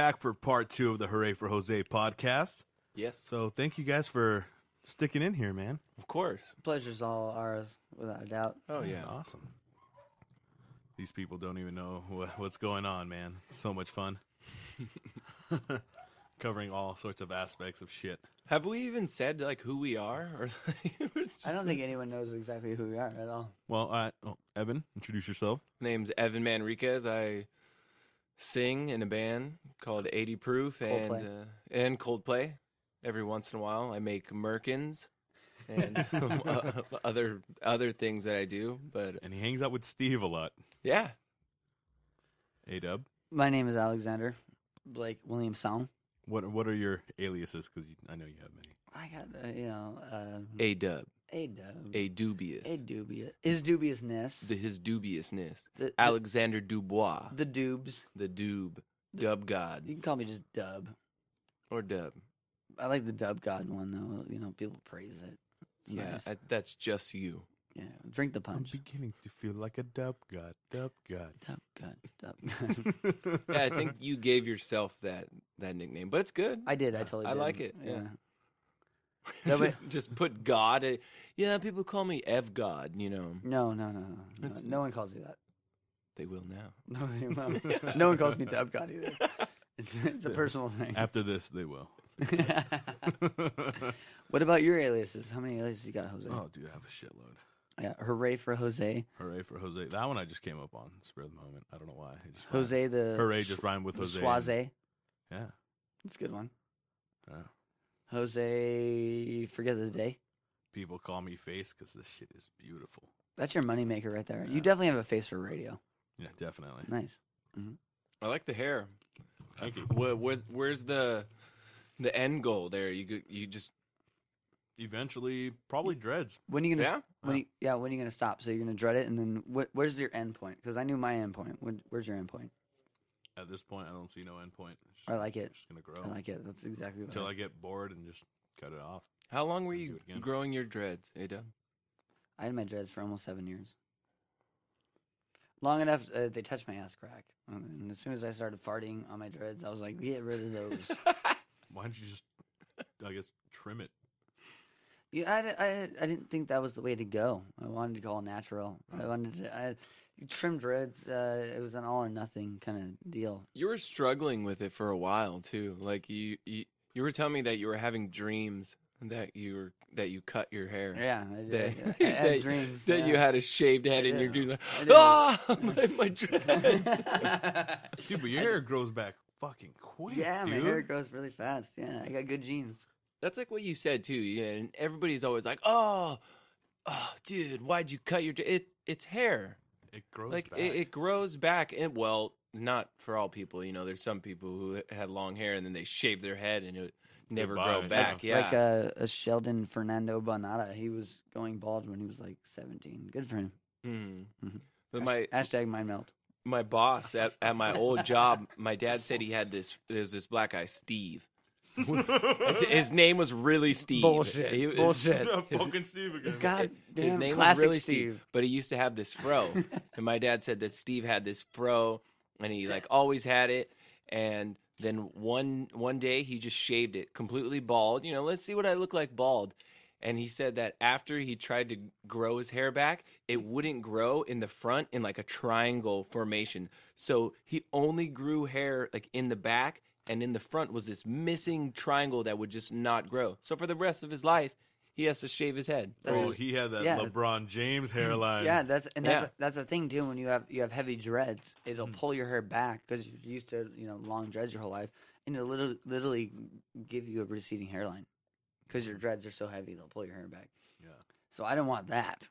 back for part two of the Hooray for Jose podcast. Yes, So thank you guys for sticking in here, man. of course. Pleasure's all ours, without a doubt. Oh yeah. awesome. These people don't even know wha- what's going on, man. So much fun. Covering all sorts of aspects of shit. Have we even said like who we are? Or like, we're just- I don't think anyone knows exactly who we are at all. Well, I, oh, Evan, introduce yourself. name's Evan Manriquez. I sing in a band called 80 Proof and Coldplay. Uh, and Coldplay. Every once in a while, I make merkins and other other things that I do. But And he hangs out with Steve a lot. yeah, A Dub, My name is Alexander Blake William Song. what what are your aliases? Because I know you have many. I got uh, you know uh, a dub, a dub, a dubious, a dubious, his dubiousness, the, his dubiousness. the, the, Alexander Dubois, the dubs. the doob, dub You god can call me just Dub. or dub. I like the Dub God one though. You know, people praise it. It's Yeah, nice. I, that's just you. yeah. Drink the punch. I'm beginning to feel like a dub god, dub god. Dub God, Dub God. Yeah, I think you gave yourself that that nickname, but it's good. I did. I totally. I did. like it, yeah. No, but- just, just put God. uh, Yeah, people call me Ev God. You know, No, no, no, no. No, It's- no one calls you that. they will now. No, they won't. no one calls me Dub God either. It's, it's a personal thing. After this, they will. what about your aliases? How many aliases you got, Jose? Oh, dude, I have a shitload. Yeah, hooray for Jose. Hooray for Jose. That one I just came up on spur of the moment. I don't know why. It just rhymed. Jose the Uh, Hooray Sch- just rhymed with the Jose. Schwaze. Yeah. That's a good one. yeah. Jose, forget the day. People call me face because this shit is beautiful. That's your moneymaker right there. You Yeah. definitely have a face for radio. Yeah, definitely. Nice. I like the hair. Thank you. Where, where, where's the the end goal? There, you go- you just Eventually, probably dreads. When are you gonna? yeah. When you, yeah. When are you gonna stop? So you're gonna dread it, and then what, where's your end point? Because I knew my end point. When, where's your end point? At this point, I don't see no end point. It's I like it. just going to grow I like it. That's exactly what. until I, Oh. I get bored and just cut it off. How long were I'll do you it again. growing your dreads, Ada? I had my dreads for almost seven years. Long enough, uh, they touched my ass crack. Um, and as soon as I started farting on my dreads, I was like, get rid of those. Why don't you just, I guess, trim it? yeah, I, di- I, I didn't think that was the way to go. I wanted to go all natural. Oh. I wanted to I, trim dreads. Uh, it was an all or nothing kind of deal. You were struggling with it for a while too. Like you, you, you were telling me that you were having dreams that you were that you cut your hair. Yeah, I, did. That, I, I had that- dreams. that yeah. you had a shaved head and you're Yeah. doing like, I did. ah, my, my dreads. Dude, but your hair grows back fucking quick. yeah, my dude. hair grows really fast. Yeah, I got good genes. That's like what you said too. Yeah, and everybody's always like, "Oh, oh, dude, why'd you cut your? dr- It it's hair. It grows like back. it, it grows back. And well, not for all people. You know, there's some people who had long hair and then they shave their head and it never Goodbye. grow back. Yeah, Like uh, a, a Sheldon Fernando Bonata. He was going bald when he was like 17. Good for him. Mhm. Mhm. But my Hashtag mind melt. my boss at, at my old job, my dad said he had this. There's this black guy, Steve. his, his name was really Steve. He was- his- fucking Steve again. God it- damn, his name classic was really Steve. Steve. but he used to have this fro, and my dad said that Steve had this fro, and he like always had it, and then one one day he just shaved it completely bald. You know, let's see what I look like bald. And he said that after he tried to grow his hair back, it wouldn't grow in the front in like a triangle formation. So he only grew hair like in the back and in the front was this missing triangle that would just not grow. So for the rest of his life, he has to shave his head. Oh, he had that Yeah. LeBron James hairline. Yeah, that's and that's Yeah. Hmm. that's a thing too. When you have you have heavy dreads, it'll pull your hair back because you're used to you know long dreads your whole life, and it'll literally, literally give you a receding hairline because Hmm. your dreads are so heavy they'll pull your hair back. Yeah. So I don't want that.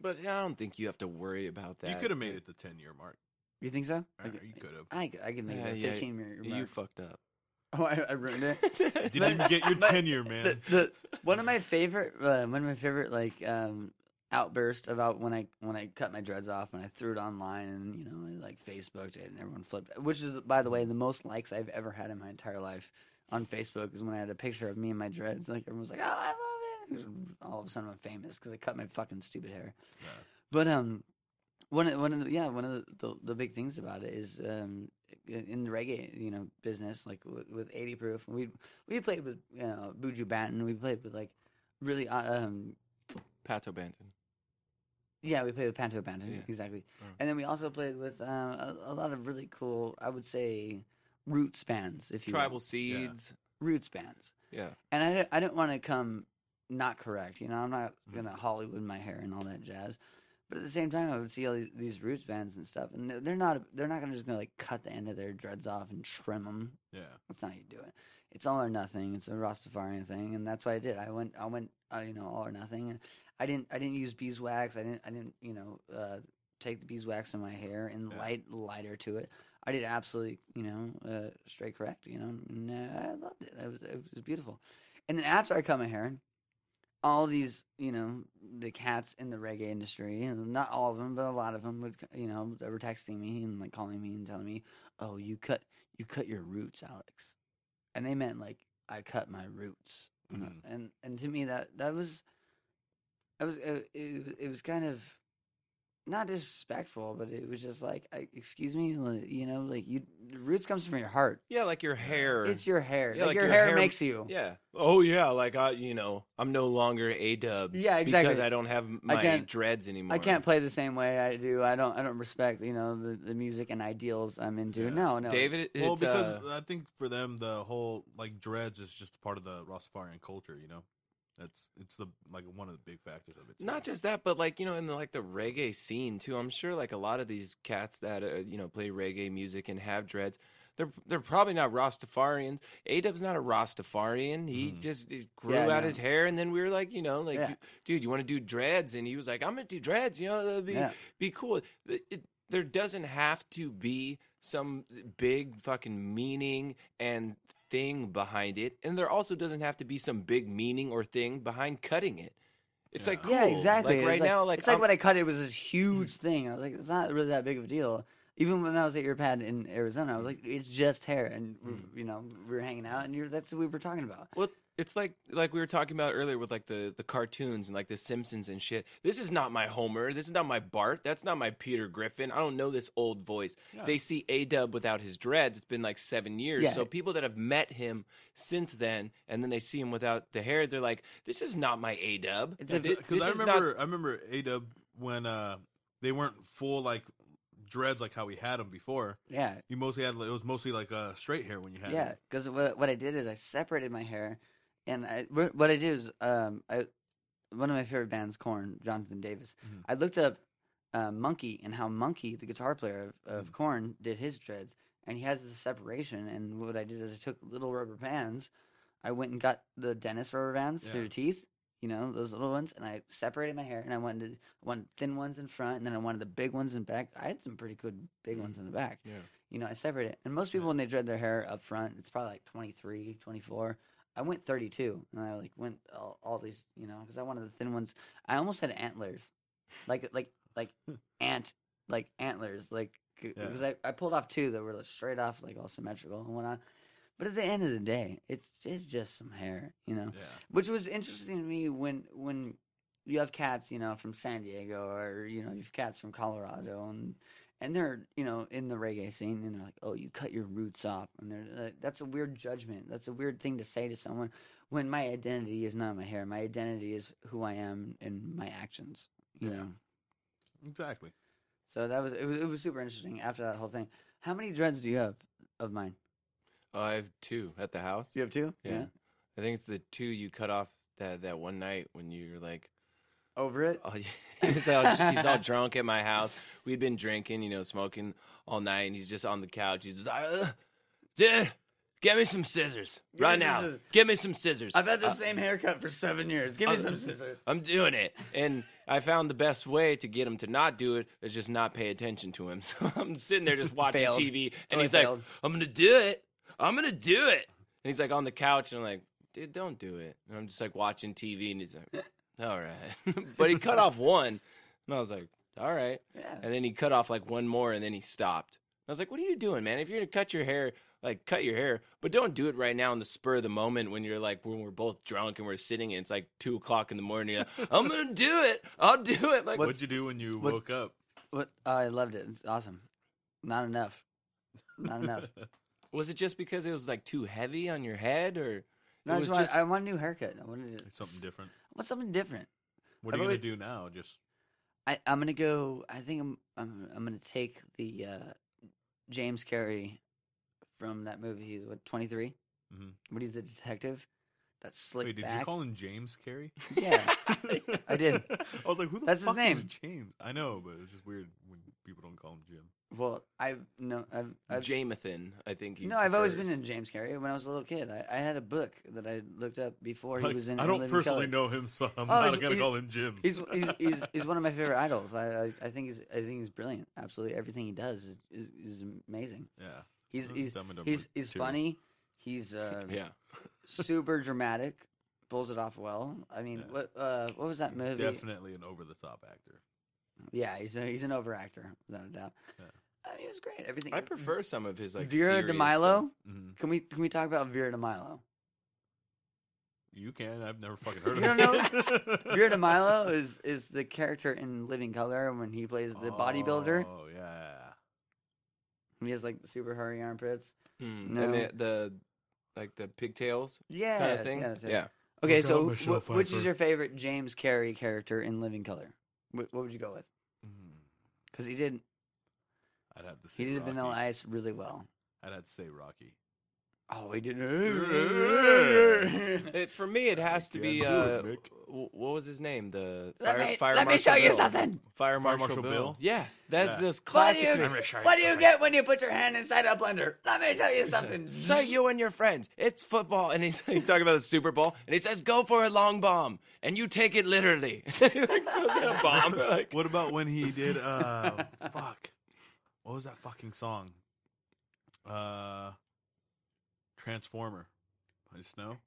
But I don't think you have to worry about that. You could have made it the 10 year mark. You think so? Uh, I could- you could have. I could, I could make Yeah, it a Uh, yeah, 15 year You mark. fucked up. Oh, I, I ruined it. You didn't even get your tenure, man. the, the one of my favorite uh, one of my favorite like um outbursts about when I when I cut my dreads off and I threw it online and you know I, like Facebooked it and everyone flipped which is by the way the most likes I've ever had in my entire life on Facebook is when I had a picture of me and my dreads like everyone was like oh I love it all of a sudden I'm famous because I cut my fucking stupid hair Yeah. but um one of, one of the, yeah one of the, the the big things about it is um in the reggae, you know, business, like with, with 80 Proof. We we played with you know Buju Banton. We played with like really uh, um Pato Banton. yeah, we played with Panto Banton Yeah. exactly. Mm. And then we also played with um, a, a lot of really cool, I would say, roots bands, if you will. Tribal Seeds. roots bands. Yeah. and I don't, I don't want to come not correct. You know, I'm not Mm-hmm. gonna Hollywood my hair and all that jazz. But at the same time, I would see all these, these roots bands and stuff, and they're- they're not they're not gonna just gonna like cut the end of their dreads off and trim them. Yeah. That's not how you do it. It's all or nothing. It's a Rastafarian thing, and that's what I did. I went I went uh, you know all or nothing, and I didn't I didn't use beeswax. I didn't I didn't you know uh, take the beeswax in my hair and Yeah. light lighter to it. I did absolutely, you know, uh, straight correct, you know, and uh, I loved it. It was, it was beautiful. And then after I cut my hair, all these, you know, the cats in the reggae industry, and not all of them, but a lot of them would, c- you know, they were texting me and like calling me and telling me, "Oh, you cut, you cut your roots, Alex," and they meant like I cut my roots, you know? Mm-hmm. Mhm. and and to me that that was, I was it, it, it was kind of not disrespectful, but it was just like, I, excuse me, like, you know, like you, the roots comes from your heart. Yeah, like your hair. It's your hair. Yeah, like, like your, your hair, hair- makes you. yeah. Oh yeah, like I, you know, I'm no longer a dub. Yeah, exactly. Because I don't have my can't- dreads anymore. I can't play the same way I do. I don't. I don't respect you know the, the music and ideals I'm into. No, no. David. It's, well, because uh, I think for them the whole like dreads is just part of the Rastafarian culture, you know. That's it's the like one of the big factors of it. too. not just that, but like you know, in the, like the reggae scene too. I'm sure like a lot of these cats that uh, you know play reggae music and have dreads, they're they're probably not Rastafarians. Adub's not a Rastafarian. He Mhm. just he grew Yeah, I out know. his hair, and then we were like, you know, like Yeah. you- dude, you want to do dreads? And he was like, I'm gonna do dreads. You know, that'll be Yeah. be cool. It- it- there doesn't have to be some big fucking meaning and thing behind it, and there also doesn't have to be some big meaning or thing behind cutting it. It's Yeah. like cool. Yeah, exactly. Like It's right now, like it's like I'm- when I cut it, it was this huge thing. I was like, it's not really that big of a deal. Even when I was at your pad in Arizona, I was like, it's just hair, and Mm. we you know we were hanging out, and you're, that's what we were talking about. Well, it's like like we were talking about earlier with like the the cartoons and like the Simpsons and shit. This is not my Homer. This is not my Bart. That's not my Peter Griffin. I don't know this old voice. Yeah. They see A Dub without his dreads. It's been like seven years. Yeah. So people that have met him since then, and then they see him without the hair, they're like, "This is not my A Dub." It's a- Thi- because this I is not- remember I remember Adub when uh they weren't full like dreads like how we had them before. Yeah, You mostly had like, it was mostly like uh, straight hair when you had. Yeah, it. because what, what I did is I separated my hair, and I wh- what I did is um I one of my favorite bands, Corn, Jonathan Davis. Mhm. I looked up uh, Monkey and how Monkey, the guitar player Mm-hmm. of Corn, did his dreads, and he has this separation. And what I did is I took little rubber bands. I went and got the dentist rubber bands for Yeah. your teeth. You know those little ones, and I separated my hair, and I wanted I wanted thin ones in front, and then I wanted the big ones in back. I had some pretty good big Mm-hmm. ones in the back Yeah. you know, I separate it. And most people, when they dread their hair up front, it's probably like 23, 24. I went 32, and I like went all, all these, you know, because I wanted the thin ones. I almost had antlers, like like like ant like antlers, like Yeah. because I, I pulled off two that were like, straight off, like all symmetrical and whatnot. But at the end of the day, it's it's just some hair, you know Yeah. which was interesting to me when when you have cats you know from san diego or you know you've cats from colorado and and they're you know in the reggae scene and they're like oh you cut your roots off and they're like, that's a weird judgment that's a weird thing to say to someone when my identity is not my hair my identity is who i am and my actions you Yeah. know Exactly. so that was it, was it was super interesting after that whole thing how many dreads do you have of mine Oh, I have two at the house. do you have two Yeah. I think it's the two you cut off that that one night when you were like. over it Oh, yeah. he's, all, he's all drunk at my house. We'd been drinking, you know, smoking all night, and he's just on the couch. He's just like, "Ugh, dude, get me some scissors me right some now. scissors." Get me some scissors. i've had the same haircut for seven years give me uh, some scissors I'm doing it. And I found the best way to get him to not do it is just not pay attention to him. So I'm sitting there just watching Failed. TV, and Totally he's like, failed. I'm going to do it. I'm going to do it. And he's like on the couch, and I'm like, dude, don't do it. And I'm just like watching TV, and he's like, all right. but he cut off one, and I was like, all right. yeah And then he cut off like one more and then he stopped. I was like, what are you doing, man? If you're going to cut your hair, like cut your hair, but don't do it right now in the spur of the moment when you're like, when we're both drunk and we're sitting and it's like two o'clock in the morning. You're like, I'm going to do it. I'll do it. Like, What'd you do when you what- Oh, woke up? What I loved it. It's awesome. Not enough. Not enough. Was it just because it was like too heavy on your head, or No, I it was just, want, I want a new haircut. I wanted to, Something different. What's something different? What are I've you gonna always- do now? Just I, I'm gonna go. I think I'm I'm I'm gonna take the uh, James Carey from that movie. He's what 23 Mhm. When he's the detective, that slick wait. Did back. you call him James Carey? Yeah, I did. I was like, who the That's his fuck is name. James? I know, but it's just weird when people don't call him Jim. well, I no, I've, I've Jamathan? I think. He no, I've always been prefers. in James Carey. When I was a little kid, I, I had a book that I looked up before he Like, was in. I In don't Living personally know Colour. him, so I'm Oh, not he's- gonna he- call him Jim. He's, he's he's he's one of my favorite idols. I, I I think he's I think he's brilliant. Absolutely everything he does is is, is amazing. yeah. He's he's Dumb and Dumber he's he's too. funny. He's uh, Yeah, super dramatic, pulls it off well. I mean, Yeah. what uh, what was that He's movie? definitely an over the top actor. Yeah, he's a, he's an overactor without a doubt. Yeah. I mean, it was great. Everything. I prefer some of his like Vera serious DeMilo. stuff. Mhm. Can we can we talk about Vera DeMilo? You can. I've never fucking heard You of don't him. Vera DeMilo is is the character in Living Color when he plays the bodybuilder. Oh yeah. Oh. He has like the super hairy armpits. Mm, No. And the, the like the pigtails Yeah, kind of thing. yeah, Okay, Look out, so Michelle wh- which is Pfeiffer. your favorite James Carey character in Living Color? Wh- what would you go with? Mm. Because he did I'd have to say he did Rocky. Vanilla Ice really well. I'd have to say Rocky. Oh, he did. It- for me, it has to be. Yeah, Uh, Mick. w- what was his name? The Let fire, me- fire let me Marshal show you Bill. something. Fire Marshal, Marshal Bill. Bill? Yeah, that's Yeah. just classic. What to do me. you, what do you get when you put your hand inside a blender? Let me show you something. So you and your friends, it's football, and he's like, talking about the Super Bowl, and he says, "Go for a long bomb," and you take it literally. Like, throws in a bomb. Like, What about when he did uh fuck. What was that fucking song? Uh Transformer by Snow?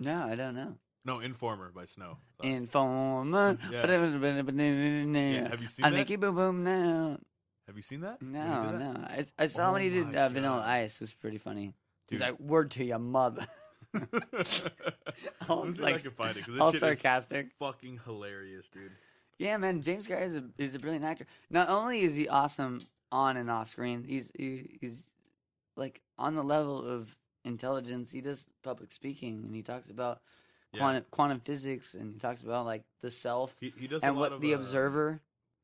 no, I don't know. No, Informer by Snow. Sorry. Informer. Yeah. have you seen I'm that? Nicky Boom Boom now. Have you seen that? When he did No, that? no. I, I saw when he Oh did my uh, Vanilla God. Ice. It was pretty funny. He's Dude. like, word to your mother. All, Let me see like, if I can find it. 'cause This All shit is sarcastic. fucking hilarious, dude. Yeah, man. James Guy is a, is a brilliant actor. Not only is he awesome on and off screen, he's he, he's like on the level of intelligence. He does public speaking and he talks about Yeah. quantum, quantum physics and he talks about like the self He, he does a and lot what of the uh, observer,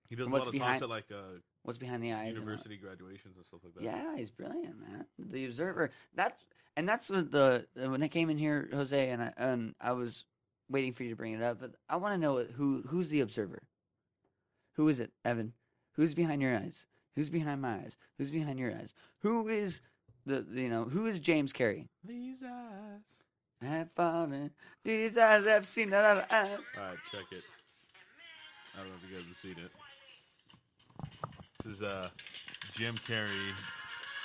He does a and lot what's of behind- talks at like uh, what's behind the eyes. and all- university graduations and stuff like that. Yeah, he's brilliant, man. The observer. That's and that's what the when I came in here, Jose, and I, and I was waiting for you to bring it up, but I want to know who who's the observer. Who is it, Evan? Who's behind your eyes? Who's behind my eyes? Who's behind your eyes? Who is the you know who is James Carey? These eyes. I have fallen. These eyes have seen a lot of eyes. All right, check it. I don't know if you guys have seen it. This is uh, Jim Carrey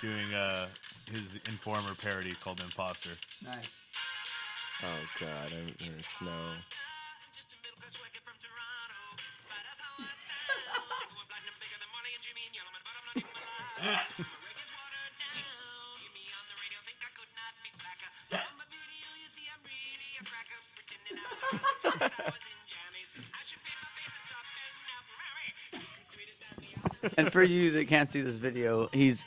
doing uh, his Informer parody called Imposter. Nice. oh God, I remember Snow. and for you that can't see this video, he's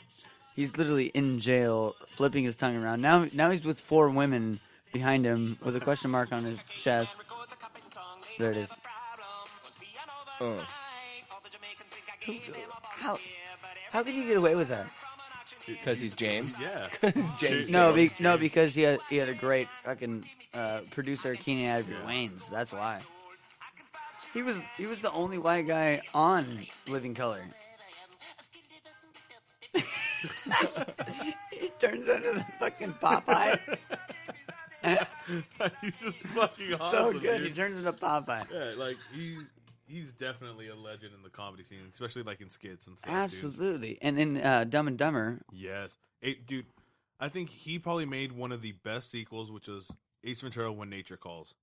he's literally in jail, flipping his tongue around. Now now he's with four women behind him with a question mark on his chest. There it is. Oh. How how could you get away with that? Because he's James. Yeah. James No, be, no, because he had he had a great fucking uh, producer, Keenan Ivory Yeah. Wayans. That's why. He was he was the only white guy on Living Color. he turns into the fucking Popeye. he's just fucking so awesome. good. He dude. turns into Popeye. Yeah, like he he's definitely a legend in the comedy scene, especially like in skits and stuff. dude. Absolutely. And in uh, Dumb and Dumber, Yes, it, dude. I think he probably made one of the best sequels, which was Ace Ventura: When Nature Calls,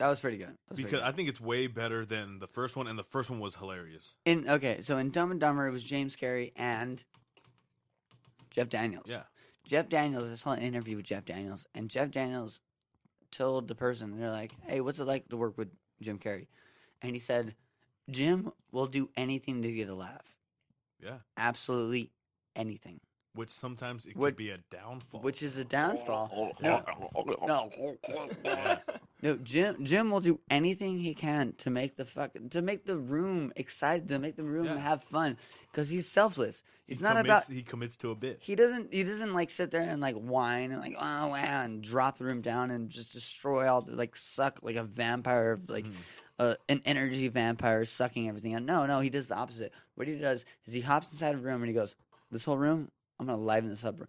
that was pretty good. That was pretty because good. I think it's way better than the first one, and the first one was hilarious. in okay, so in Dumb and Dumber, it was James Carey and Jeff Daniels. Yeah, Jeff Daniels, I saw an interview with Jeff Daniels, and Jeff Daniels told the person, they're like, hey, what's it like to work with Jim Carrey? And he said, Jim will do anything to get a laugh. yeah, Absolutely anything, Which sometimes it Which- could be a downfall. which is a downfall. No, no, no. Jim, Jim will do anything he can to make the fuck to make the room excited, to make the room Yeah. have fun, because he's selfless. He It's not commits, about he commits to a bit. he doesn't he doesn't like sit there and like whine and like oh wow and drop the room down and just destroy all the like suck like a vampire of like Mm-hmm. uh, an energy vampire sucking everything out. No, no, he does the opposite. What he does is he hops inside a room and he goes, "This whole room, I'm gonna liven this up.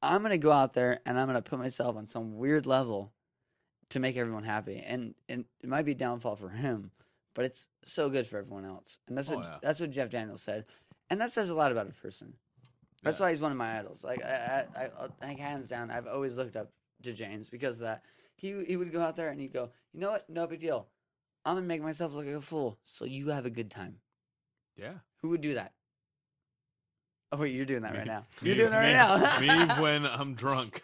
I'm gonna go out there and I'm gonna put myself on some weird level to make everyone happy." And and it might be a downfall for him, but it's so good for everyone else. And that's Oh, what yeah. that's what Jeff Daniels said, and that says a lot about a person. That's Yeah. why he's one of my idols. Like I, I, I, I think hands down, I've always looked up to James because of that he he would go out there and he'd go, you know what? No big deal. I'm gonna make myself look like a fool, so you have a good time. Yeah. Who would do that? Oh wait, you're doing that right now. Me- You're doing it right me, now. me when I'm drunk.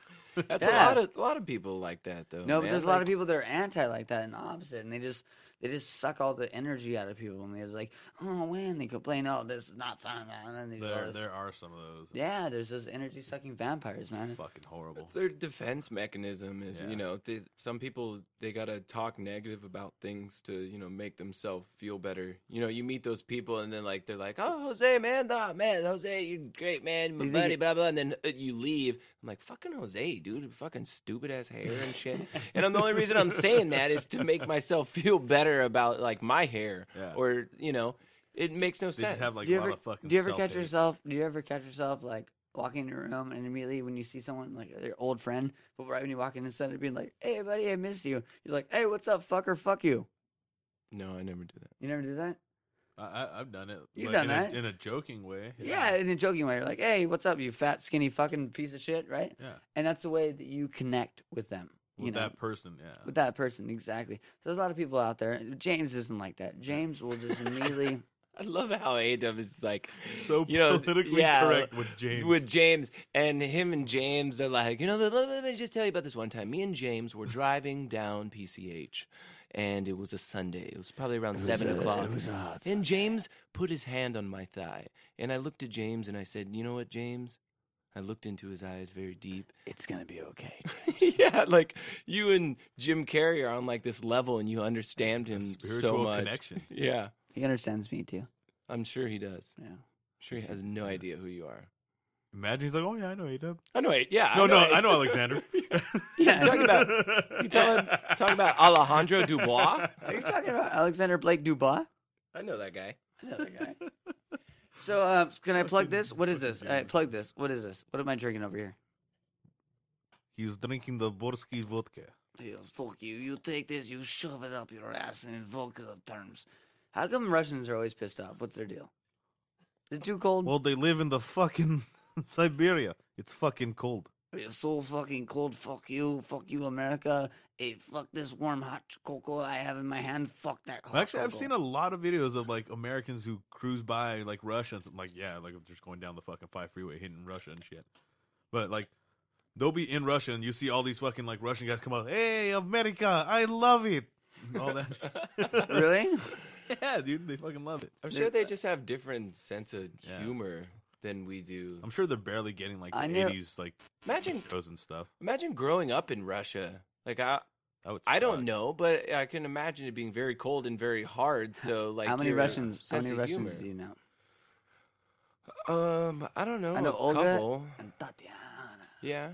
That's Yeah. a lot of a lot of people like that though. no, but man. there's a lot of Like, people that are anti like that and opposite, and they just they just suck all the energy out of people, and they're like, oh man, they complain, oh this is not fun, man. And then they do all There, this. there are some of those. Yeah, there's those energy sucking vampires, man. Fucking horrible. It's their defense mechanism is Yeah. you know they, some people they gotta talk negative about things to you know make themselves feel better. You know you meet those people and then like they're like oh Jose man nah, man Jose you're great man my You think buddy it- blah blah and then uh, you leave. I'm like fucking Jose dude fucking stupid ass hair and shit. and I'm, the only reason I'm saying that is to make myself feel better about like my hair Yeah. or you know it makes no They sense. just have like do you a lot ever of fucking. do you ever catch self-hate. yourself do you ever catch yourself like walking in a room and immediately when you see someone like your old friend but right when you walk in instead of being like hey buddy i miss you you're like hey what's up fucker fuck you no, I never do that. you never do that I, I, I've done it. You've like, done in that. a, in a joking way. yeah. in a joking way you're like hey what's up you fat skinny fucking piece of shit right Yeah. and that's the way that you connect with them With you know that person. Yeah. with that person exactly so there's a lot of people out there james isn't like that james will just immediately I love how AW is like so you know, politically yeah, correct with James. with James and him and James are like, you know, let, let me just tell you about this one time. Me and James were driving down PCH, and it was a Sunday. It was probably around seven o'clock. and James put his hand on my thigh, and I looked at James and I said, you know what, James? I looked into his eyes very deep. it's gonna be okay yeah, like you and Jim Carrey are on like this level, and you understand him so spiritual much. connection. Yeah, he understands me too I'm sure he does. yeah sure he has no idea who you are. Imagine he's like, oh yeah, I know Adub. I know. it. Yeah. No, no, I know Alexander. yeah Talking about you tell him, talking about Alejandro Dubois. Are you talking about Alexander Blake Dubois? I know that guy. Another guy. So, uh, can I plug this? What is this? All right, plug this. What is this? What am I drinking over here? He's drinking the Borsky vodka. Yeah, fuck you. You take this, you shove it up your ass in vodka terms. How come Russians are always pissed off? What's their deal? They're too cold? Well, they live in the fucking Siberia. It's fucking cold. it's so fucking cold. Fuck you. Fuck you, America. Hey, fuck this warm hot cocoa I have in my hand. Fuck that hot Actually, I've cocoa. seen a lot of videos of like Americans who cruise by like Russians. I'm like, yeah, like just going down the fucking five freeway hitting Russia and shit. But like, they'll be in Russia and you see all these fucking like Russian guys come out. Hey, America, I love it. And all that. shit. Really? yeah, dude, they fucking love it. I'm sure they just have different sense of Yeah. humor than we do. I'm sure they're barely getting like the I know- 80s like Imagine, shows and stuff. imagine growing up in Russia. Like I, That would I don't suck. know, but I can imagine it being very cold and very hard. So, like, how many your Russians? How sense many of Russians humor- do you know? Um, I don't know. I know a Olga couple. And Tatiana. Yeah,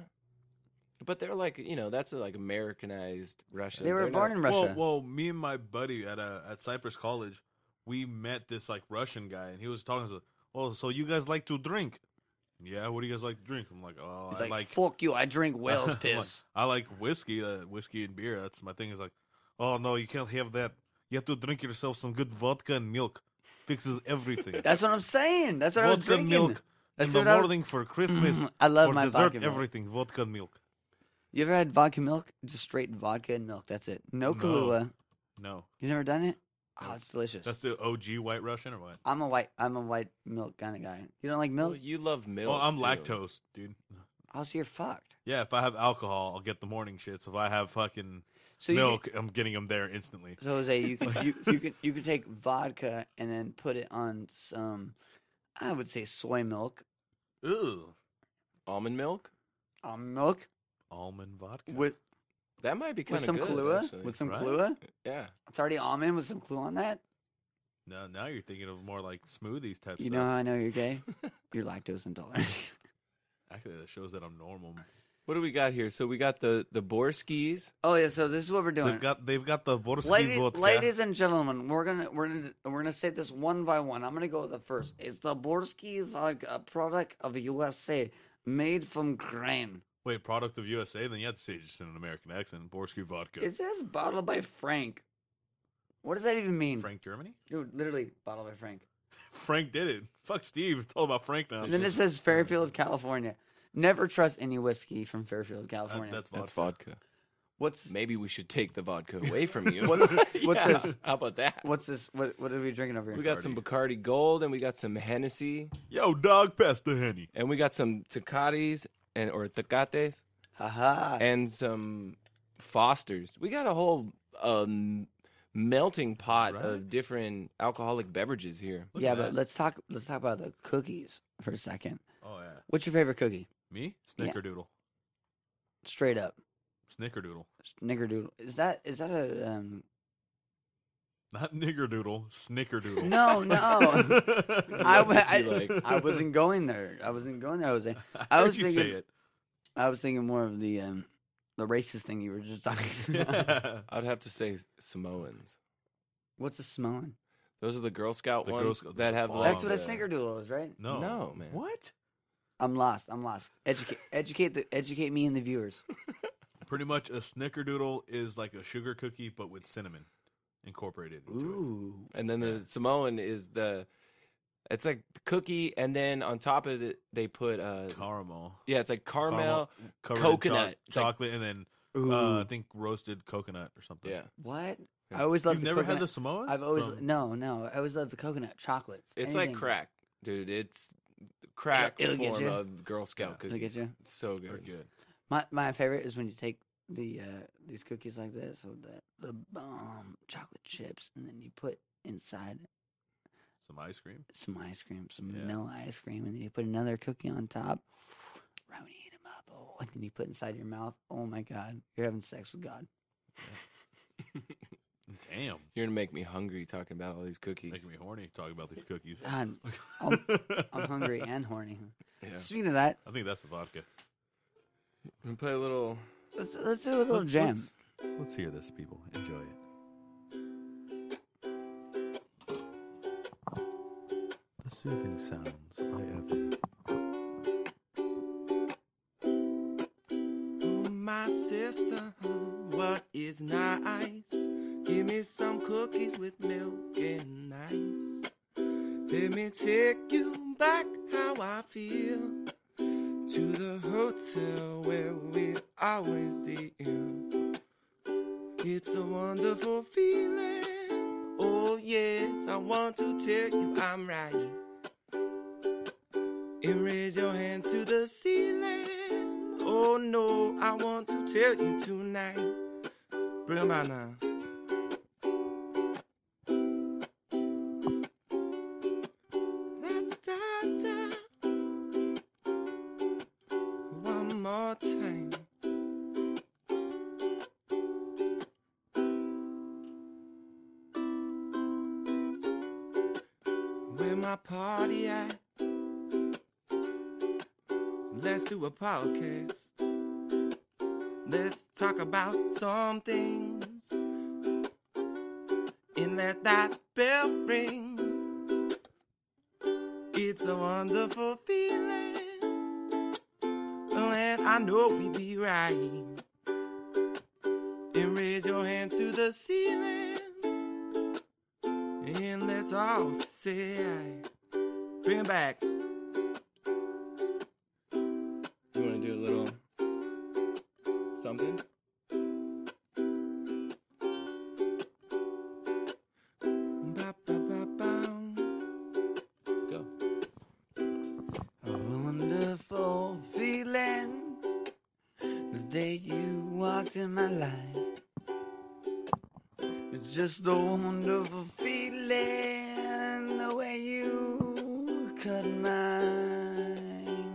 but they're like, you know, that's a, like Americanized Russian. They were They're born not- in Russia. Well, well, me and my buddy at uh, at Cypress College, we met this like Russian guy, and he was talking to us. Oh, so you guys like to drink? Yeah. What do you guys like to drink? I'm like, oh, He's I like, like, fuck you, I drink I'm whale's like, piss. I like whiskey, uh, whiskey and beer. That's my thing. Is like, oh no, you can't have that. You have to drink yourself some good vodka and milk. Fixes everything. That's what I'm saying. That's what I was vodka drinking. milk That's in what the I- morning for Christmas. I love for my dessert, vodka milk. everything vodka and milk. You ever had vodka milk? Just straight vodka and milk. That's it. No No. Kahlua. No, You never done it? Oh, No. it's delicious. that's the OG White Russian or what? I'm a white. I'm a white milk kind of guy. You don't like Well, milk? you love milk. Well, I'm too. lactose, dude. Oh, so you're fucked. Yeah, if I have alcohol, I'll get the morning shits. If I have fucking So you milk, I'm getting them there instantly. Can, so Jose, you can you, you can you can take vodka and then put it on some, I would say soy milk, Ooh, Almond milk? Um, milk almond vodka with That might be kind with of some good. Kahlua. actually. With some right? Kahlua. yeah. It's already almond with some Kahlua on that. No, now you're thinking of more like smoothies type. You stuff. know how I know you're gay? You're lactose intolerant. Actually, that shows that I'm normal. What do we got here? So we got the the Borskis. oh yeah, so this is what we're doing. They've got they've got the Borski Lady- vodka. ladies and gentlemen, we're gonna we're gonna we're gonna say this one by one. I'm gonna go with the first. It's the Borski vodka, product of USA, made from grain. Wait, product of USA? Then you have to say it just in an American accent. Borski vodka. It says bottled by Frank. What does that even mean? Frank Germany? Dude, literally bottled by Frank. Frank did it. Fuck Steve. It's all about Frank now. And then it says Fairfield, California. Never trust any whiskey from Fairfield, That- California. that's That's vodka. vodka. what's Maybe we should take the vodka away from you. What's- what's Yeah, this? How about that? what's this? What what are we drinking over here? We got some Bacardi Gold and we got some Hennessy Yo, dog, pass the henny. and we got some Tecates and or Tecates Haha. and some Fosters. We got a whole um, melting pot Right. of different alcoholic beverages here. Look yeah, at but that. let's talk let's talk about the cookies for a second. Oh yeah. What's your favorite cookie? Me? Yeah. Snickerdoodle. Straight up. Snickerdoodle. Snickerdoodle. Is that is that a um Not niggerdoodle. Snickerdoodle. No, no. Oh. I, What wa- did you I, like? I wasn't going there. I wasn't going there, Jose. I, I was you thinking- say it. I was thinking more of the um the racist thing you were just talking about. the I'd have to say Samoans. What's a smelling? Those are the Girl Scout The Girl ones Scout- that have. Oh, That's what like a the- snickerdoodle is, right? No. No, man. What? I'm lost. I'm lost. Educate educate the educate me and the viewers. Pretty much a snickerdoodle is like a sugar cookie but with cinnamon incorporated. into it. Ooh. And then Yeah. the Samoan is the it's like the cookie and then on top of it they put uh Caramel. yeah, it's like caramel. covered in coconut. choc- It's like- chocolate, and then Ooh. uh, I think roasted coconut or something. Yeah. what? Yeah. I always love You've the never coconut. had Um, the Samoans? I've always From- no, no. I always love the coconut chocolates. It's like anything. crack, dude. It's crack It'll- it'll get form you. of Girl Scout Yeah. Look cookies. at you. It's so They're good. good. My my favorite is when you take the uh, these cookies like this with the the bomb chocolate chips, and then you put inside Some ice cream. some ice cream, some Yeah. vanilla ice cream, and then you put another cookie on top. Round eat 'em up, oh, and then you put inside your mouth. Oh my God, you're having sex with God. Damn. You're gonna make me hungry talking about all these cookies. Making me horny talking about these cookies. God, Uh-huh. I'm- I'm I'm hungry and horny. Yeah. Speaking of that, I think that's the vodka. We can play a little let's let's do a little Let's- jam. Let's, let's hear this, people. Enjoy it. The soothing sounds by Evan. Oh, my sister, what is nice? Give me some cookies with milk and ice. Let me take you back how I feel to the hotel where we always deal. It's a wonderful feeling. Oh, yes, I want to tell you I'm right. And raise your hands to the ceiling. Oh no, I want to tell you tonight. Bring 'em out now. La, da, da. One more time. Where my party at? Let's do a podcast. Let's talk about some things. And let that bell ring. It's a wonderful feeling. And I know we be right. And raise your hands to the ceiling. And let's all say, bring it back. You want to do a little something? Go. A wonderful feeling the day you walked in my life. It's just a wonderful feeling the way you cut mine.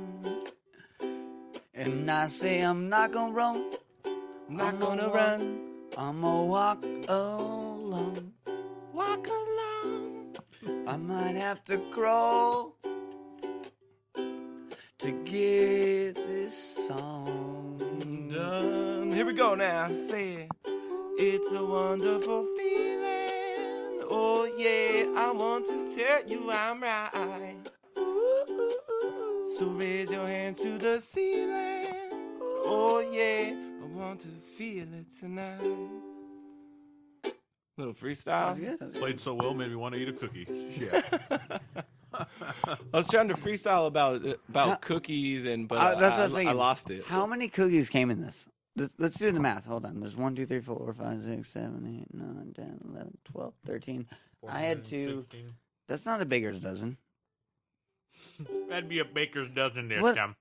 And I say I'm not gonna roll, I'm not gonna run. I'm gonna walk alone. Walk along. I might have to crawl to get this song. Done. Here we go now. Say it. It's a wonderful feeling. Oh yeah, I want to tell you I'm right. So raise your hands to the ceiling. Oh yeah, I want to feel it tonight. Little That freestyle. was good. That was good. Played so well, made me want to eat a cookie. Shit. I was trying to freestyle about about cookies and but Uh, that's what I I, was thinking. I lost it. How many cookies came in this? Let's, let's do the math. Hold on. There's 1, 2, 3, 4, 5, 6, 7, 8, 9, 10, 11, 12, 13. I had two. That's not a baker's dozen. That'd be a baker's dozen this What- time.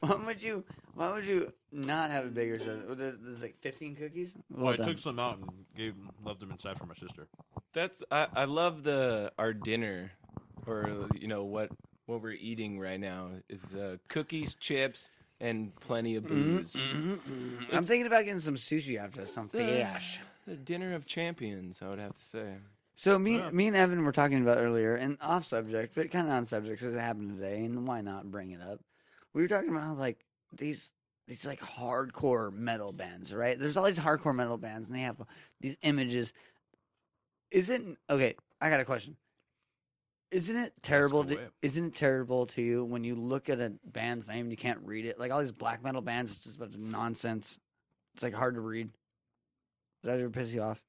Why would you? Why would you not have a baker's dozen? Oh, there- There's like 15 cookies. Well Well, I done. took some out and gave left them inside for my sister. That's I, I love the our dinner, or you know what what we're eating right now is uh, cookies, chips, and plenty of Mm-hmm. booze. Mm-hmm, I'm thinking about getting some sushi after this. Some It's, uh, fish. The dinner of champions, I would have to say. So me, Yeah. me and Evan were talking about earlier, and off subject, but kind of on subject because it happened today, and why not bring it up? We were talking about how, like these these like hardcore metal bands, right? There's all these hardcore metal bands, and they have these images. Isn't okay? I got a question. Isn't it terrible? go To, ahead. isn't it terrible to you when you look at a band's name and you can't read it? Like all these black metal bands, it's just a bunch of nonsense. It's like hard to read. Does that ever piss you off?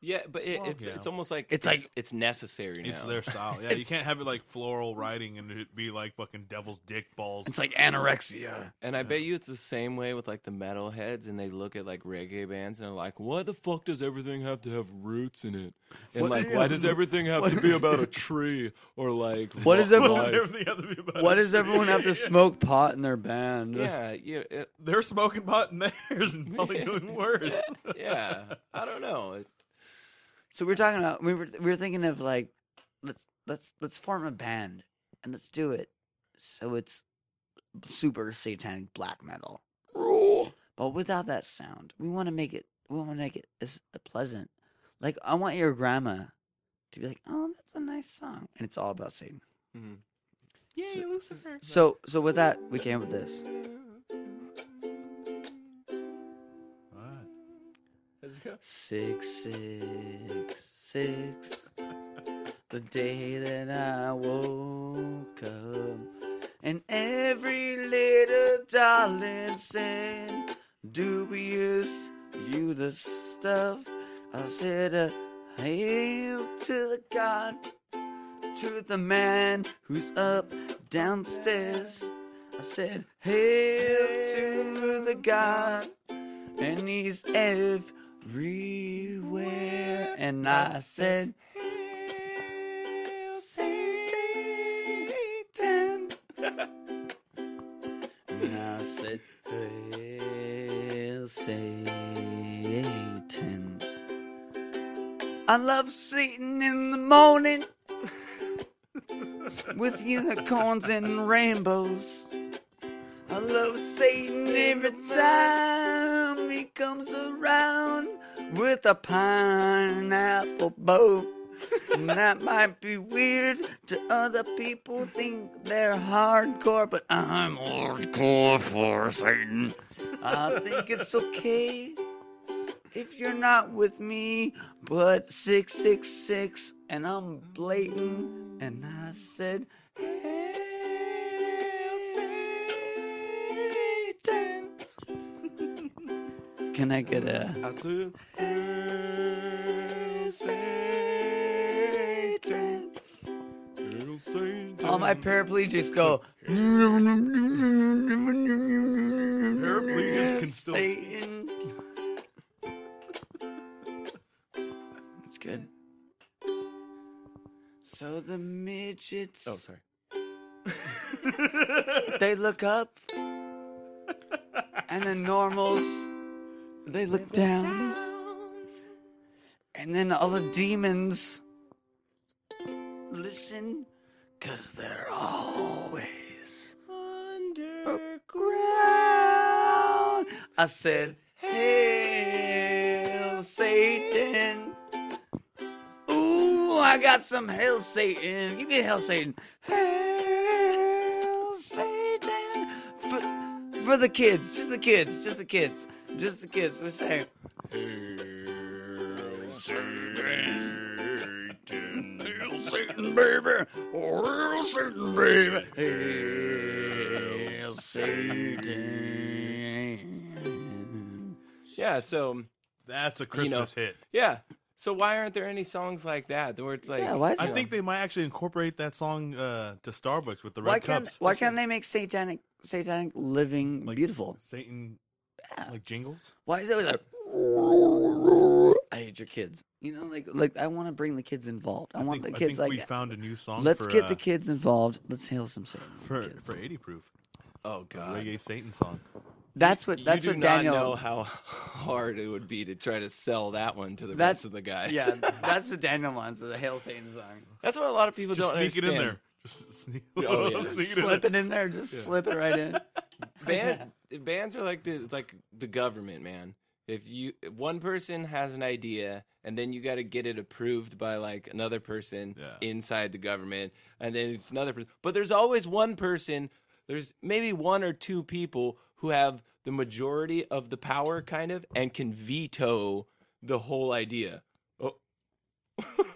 Yeah, but it, Well, it's yeah. it's almost like It's it's, like- it's necessary now. It's their style. Yeah, you can't have it like floral writing and it be like fucking devil's dick balls. It's like anorexia. and I bet you it's the same way with like the metal heads, and they look at like reggae bands and they're like, "Why the fuck does everything have to have roots in it?" And What- like, why does everything have to be about a tree or like What does li- everyone- life?" Everything had to be about Why it. does everyone have to smoke pot in their band? Yeah, yeah, it, They're smoking pot and theirs and probably doing worse. yeah. I don't know. It- So we're talking about we were we were thinking of like let's let's let's form a band and let's do it. So it's super satanic black metal, but without that sound. We want to make it. We want to make it as pleasant. Like I want your grandma to be like, "Oh, that's a nice song," and it's all about Satan. Yay, Lucifer. So so with that, we came up with this. Alright. Six, six, six. the day that I woke up, and every little darling said, "Dubious, you the stuff." I said, uh, "Hail to the God, to the man who's up downstairs." I said, "Hail to the God." and he's everywhere. And I said, Hail Satan. and I said, Hail Satan. I love Satan in the morning with unicorns and rainbows. I love Satan every time he comes around with a pineapple boat. and that might be weird to other people think they're hardcore, but I'm hardcore for Satan. I think it's okay if you're not with me, but 666 and I'm blatant. And I said, Hail Satan. Can I get a I said, Satan? "Hail Satan." All my paraplegics go. Paraplegics can still- Satan. it's good. So the midgets. Oh, sorry. They look up, and the normals, they look down, and then all the demons listen Cause they're always Underground. I said, Hail Satan. Ooh, I got some Hail Satan. Give me a Hail Satan. Hail Satan. For, for the kids, just the kids, just the kids, just the kids. We're saying, Hail Satan. Hail Satan, baby. Hail Satan, baby. Hail Satan. Yeah. So That's a You know. Christmas hit. yeah. So why aren't there any songs like that where it's like? Yeah, why is I Yeah. think they might actually incorporate that song uh, to Starbucks with the red why can't cups. why can't they make satanic satanic living Like- beautiful? Satan Yeah. like jingles? Why is it always like I hate your kids. You know, like like I want to bring the kids involved. I, want think, the I kids think we like found a new song. let's for, get uh, the kids involved. Let's hail some Satan. with the for, kids. Uh, for eighty proof. Oh A God. reggae Satan song. that's what You that's do what not Daniel know how hard it would be to try to sell that one to the That's- rest of the guys. Yeah, that's what Daniel wants, is a Hail Satan song. that's what a lot of people Just don't sneak it understand. in there. Just sneak, Oh, yeah. sneak it in there. Slip it in there, just slip it right in. Band, bands are like the like the government, man. If you if one person has an idea and then you got to get it approved by like another person Yeah. inside the government, and then it's another person. But there's always one person. There's maybe one or two people who have the majority of the power, kind of, and can veto the whole idea. Oh.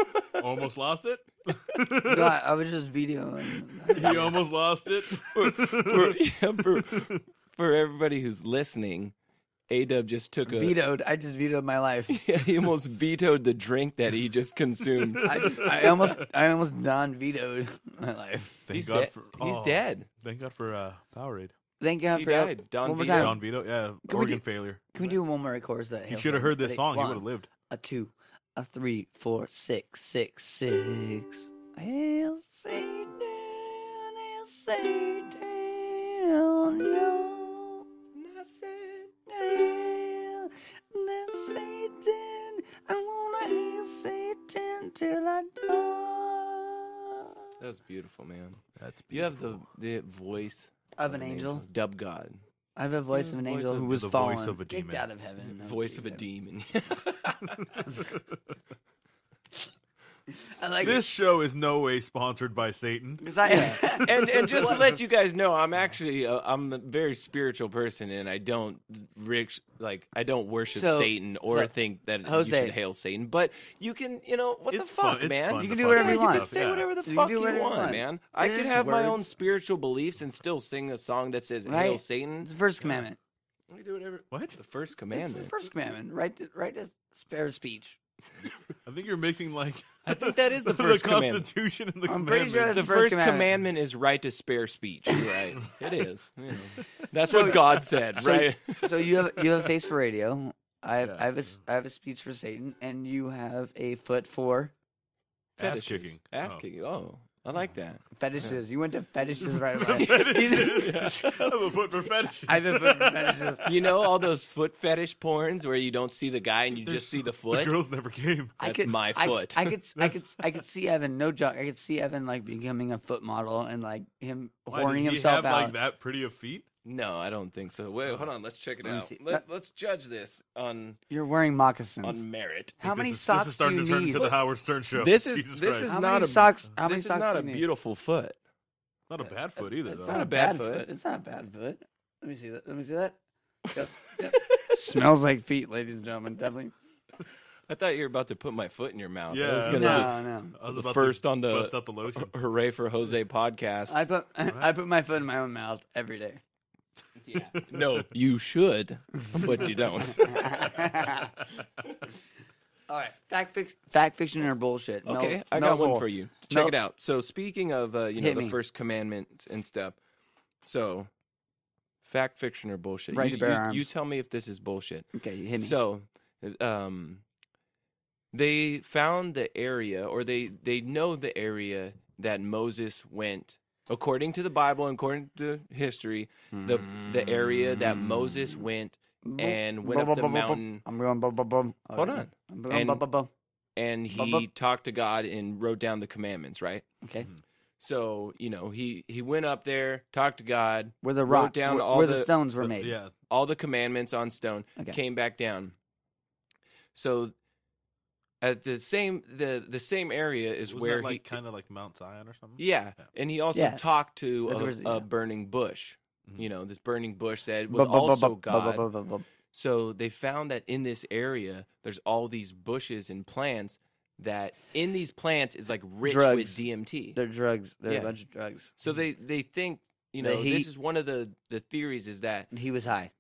Almost lost it. No, I, I was just videoing. he almost lost it. for, yeah, for, for everybody who's listening, A Dub just took a. Vetoed. I just vetoed my life. Yeah, he almost vetoed the drink that he just consumed. I, just, I almost I almost non vetoed my life. Thank he's God dead. for he's oh, dead. Thank God for uh, Powerade. Thank God He for help. died. Don one more Vito. time. John Vito, yeah, do- organ failure. Can we do one more chorus that He Hail should have Satan? heard this Ready? song. He One, would have lived. A two, a three, four, six, six, six. Hail Satan, Hail Satan, no. Hail, hail Satan, I wanna hail Satan till I die. That was beautiful, man. That's You have the, the voice Of an angel, dub god, I have a voice Yeah, of an voice angel of- who was the fallen, voice of a kicked demon. out of heaven. That was voice of a pretty good. demon. I like This show is no way sponsored by Satan. because I and and just to let you guys know, I'm actually a, I'm a very spiritual person, and I don't rich like I don't worship So- Satan or so, think that you Jose. should hail Satan. But you can, you know, what It's the fuck, fun- it's man? fun to You can do fuck whatever Yeah, with you want. can stuff, say yeah. whatever the You can fuck do you, whatever you want, want. man. I It could is have my own words. spiritual beliefs and still sing a song that says "Hail Right. Satan." It's the first commandment. Let me do whatever. What? The first It's the commandment. first commandment. Right, to, right to spare speech. I think you're mixing like I think that is the first commandment. Constitution and the I'm pretty commandments. sure The, That's the first, first commandment. commandment. is right to spare speech. Right. it is. you know. That's So- what God said. so- Right. So you have you have a face for radio. I have, Yeah. I have a s- I have a speech for Satan, and you have a foot for ass Fetishes. kicking. Ass Oh. kicking. Oh, I like that. fetishes. You went to fetishes right away. Fetishes. I have a foot for fetishes. I have a foot for fetishes. You know all those foot fetish porns where you don't see the guy and you There's- just see the foot. The girls never came. I That's could, my I- foot. I, could, s- I could, s- I could see Evan. No joke. I could see Evan like becoming a foot model and like him Why, did horning he himself have, out. like that pretty of feet? No, I don't think so. Wait, hold on. Let's check it Let me out. see. Let, let's judge this on You're wearing moccasins. on merit. how This many is- socks This is starting do you to turn need? into the Howard Stern show. This is- Jesus this Christ. is how not many a- socks? How many this is socks not do a you need? beautiful foot. not a bad foot either, It's though. not a bad bad, foot. foot. It's not a bad foot. Let me see that. Let me see that. Yep, yep. Smells like feet, ladies and gentlemen. Definitely. I thought you were about to put my foot in your mouth. Yeah. I was No. gonna No, no. I was the about first to on the- bust out the lotion. do hooray for Jose podcast. I put I put my foot in my own mouth every day. no, you should, but you don't. All right, fact fiction, fact fiction or bullshit. Mel- Okay, I Mel's got one hole. for you. Check Mel- it out. So speaking of uh, you know Hit the me. first commandment and stuff, so fact, fiction, or bullshit. Right you, to bear you- arms. you tell me if this is bullshit. Okay, you hit me. So, um, they found the area, or they they know the area that Moses went. According to the Bible, and according to history, the the area that Moses went and went up the mountain, I'm going. Bum, bum, bum. Hold on. I'm going. And- Bum, bum, bum. and he Bubba. Hmm. talked to God and wrote down the commandments. Right. Okay. So you know he he went up there, talked to God, Where the Wrote rock, down where, all where the, the- stones were But, made. Yeah, all the commandments on stone Okay. came back down. So at the same the the same area is Wasn't where that, like he kind of like Mount Zion or something. yeah, Yeah. and he also Yeah. talked to That's a, where- a yeah. burning bush. Mhm. You know, this burning bush that Bu- was bu- bu- also bu- bu- bu- God. bu- bu- So they found that in this area, there's all these bushes and plants that in these plants is like rich with Drugs. Mm-hmm. DMT. They're drugs. They're Yeah. a bunch of drugs. So they they think you The know this heat- is one of the the theories is that And he was high.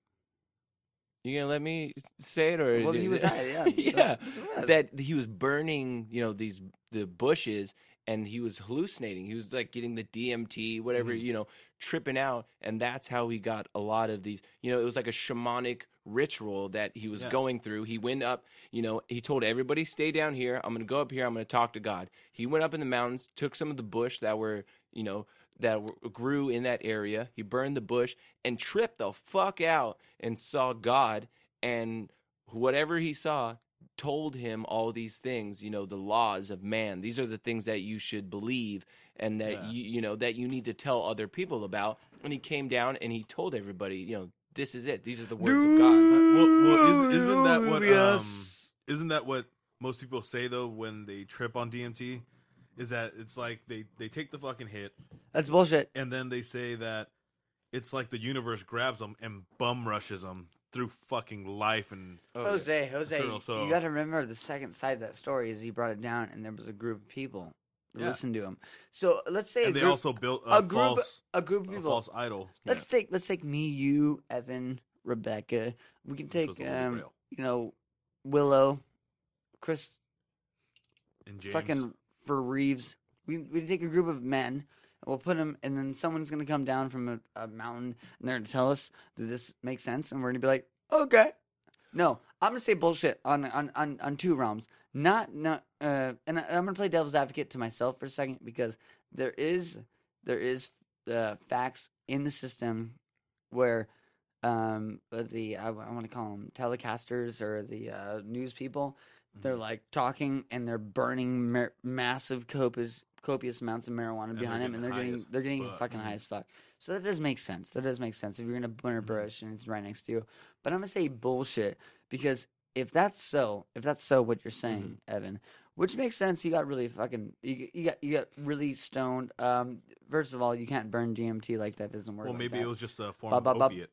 you gonna let me say it or Well, he was high. Yeah. yeah. That's- that's- that he was burning, you know, these the bushes and he was hallucinating. He was like getting the DMT, whatever, Mhm. you know, tripping out and that's how he got a lot of these, you know, it was like a shamanic ritual that he was Yeah. going through. He went up, you know, he told everybody stay down here. I'm going to go up here. I'm going to talk to God. He went up in the mountains, took some of the bush that were, you know, that were- grew in that area. He burned the bush and tripped the fuck out and saw God and whatever he saw told him all these things you know the laws of man these are the things that you should believe and that Yeah. you you know that you need to tell other people about and he came down and he told everybody you know this is it these are the words of god Well, well, is, isn't that what? Um, Yes. isn't that what most people say though when they trip on DMT? Is that it's like they they take the fucking hit That's bullshit. and then they say that it's like the universe grabs them and bum rushes them through fucking life and Jose, Jose, Colonel Tho. you got to remember the second side of that story is he brought it down, and there was a group of people that Yeah. listened to him. So let's say a and they group, also built a, a group, false a group of a people. false idol. Let's take, let's take me, you, Evan, Rebecca. We can which take, was the Holy um, Grail. you know, Willow, Chris, and James. fucking for Reeves. We we take a group of men and we'll put them, and then someone's gonna come down from a, a mountain and they're gonna tell us that this makes sense, and we're gonna be like, okay, no, I'm gonna say bullshit on on on, on two realms. Not not, uh, and I, I'm gonna play devil's advocate to myself for a second because there is there is uh, facts in the system where um the I, want to call them telecasters or the uh, news people mm-hmm. they're like talking and they're burning mar- massive copious copious amounts of marijuana And they're behind them getting and they're high getting as they're getting fuck. Mm-hmm. fucking high as fuck so that does make sense that does make sense if you're gonna burn a brush and it's right next to you but i'm gonna say bullshit because if that's so if that's so what you're saying Mm-hmm. evan which makes sense you got really fucking you, you got you got really stoned um first of all you can't burn dmt like that doesn't work Well, like maybe that. it was just a form Ba- ba- of ba- opiate.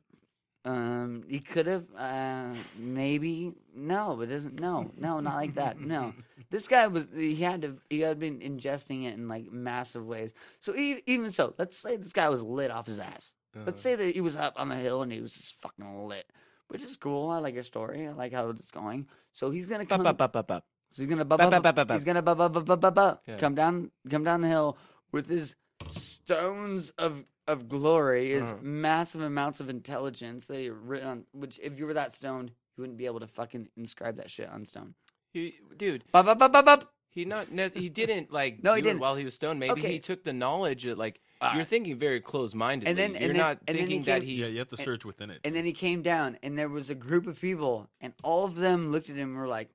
Um, he could have. Uh, maybe no, it doesn't. No, no, not like that. No, this guy was. He had to. He had been ingesting it in like massive ways. So e- even so, let's say this guy was lit off his ass. Uh. Let's say that he was up on the hill and he was just fucking lit, which is cool. I like your story. I like how it's going. So he's gonna come. up up up up So he's gonna bu- Bop, bu- bop, bop, bu- bop, bop. he's gonna bu- bu- bu- bu- bu- bu- Yeah. come down come down the hill with his stones of of glory, his Uh-huh. massive amounts of intelligence that he written on which if you were that stoned, you wouldn't be able to fucking inscribe that shit on stone. he, dude Ba ba ba ba ba he not ne- he didn't like No, do he it didn't. while he was stoned maybe Okay. he took the knowledge of like All you're right. thinking very close minded And then- and you're then- not and then he thinking that came- he's Yeah, you have to and- search within it. And then he came down and there was a group of people and all of them looked at him and were like,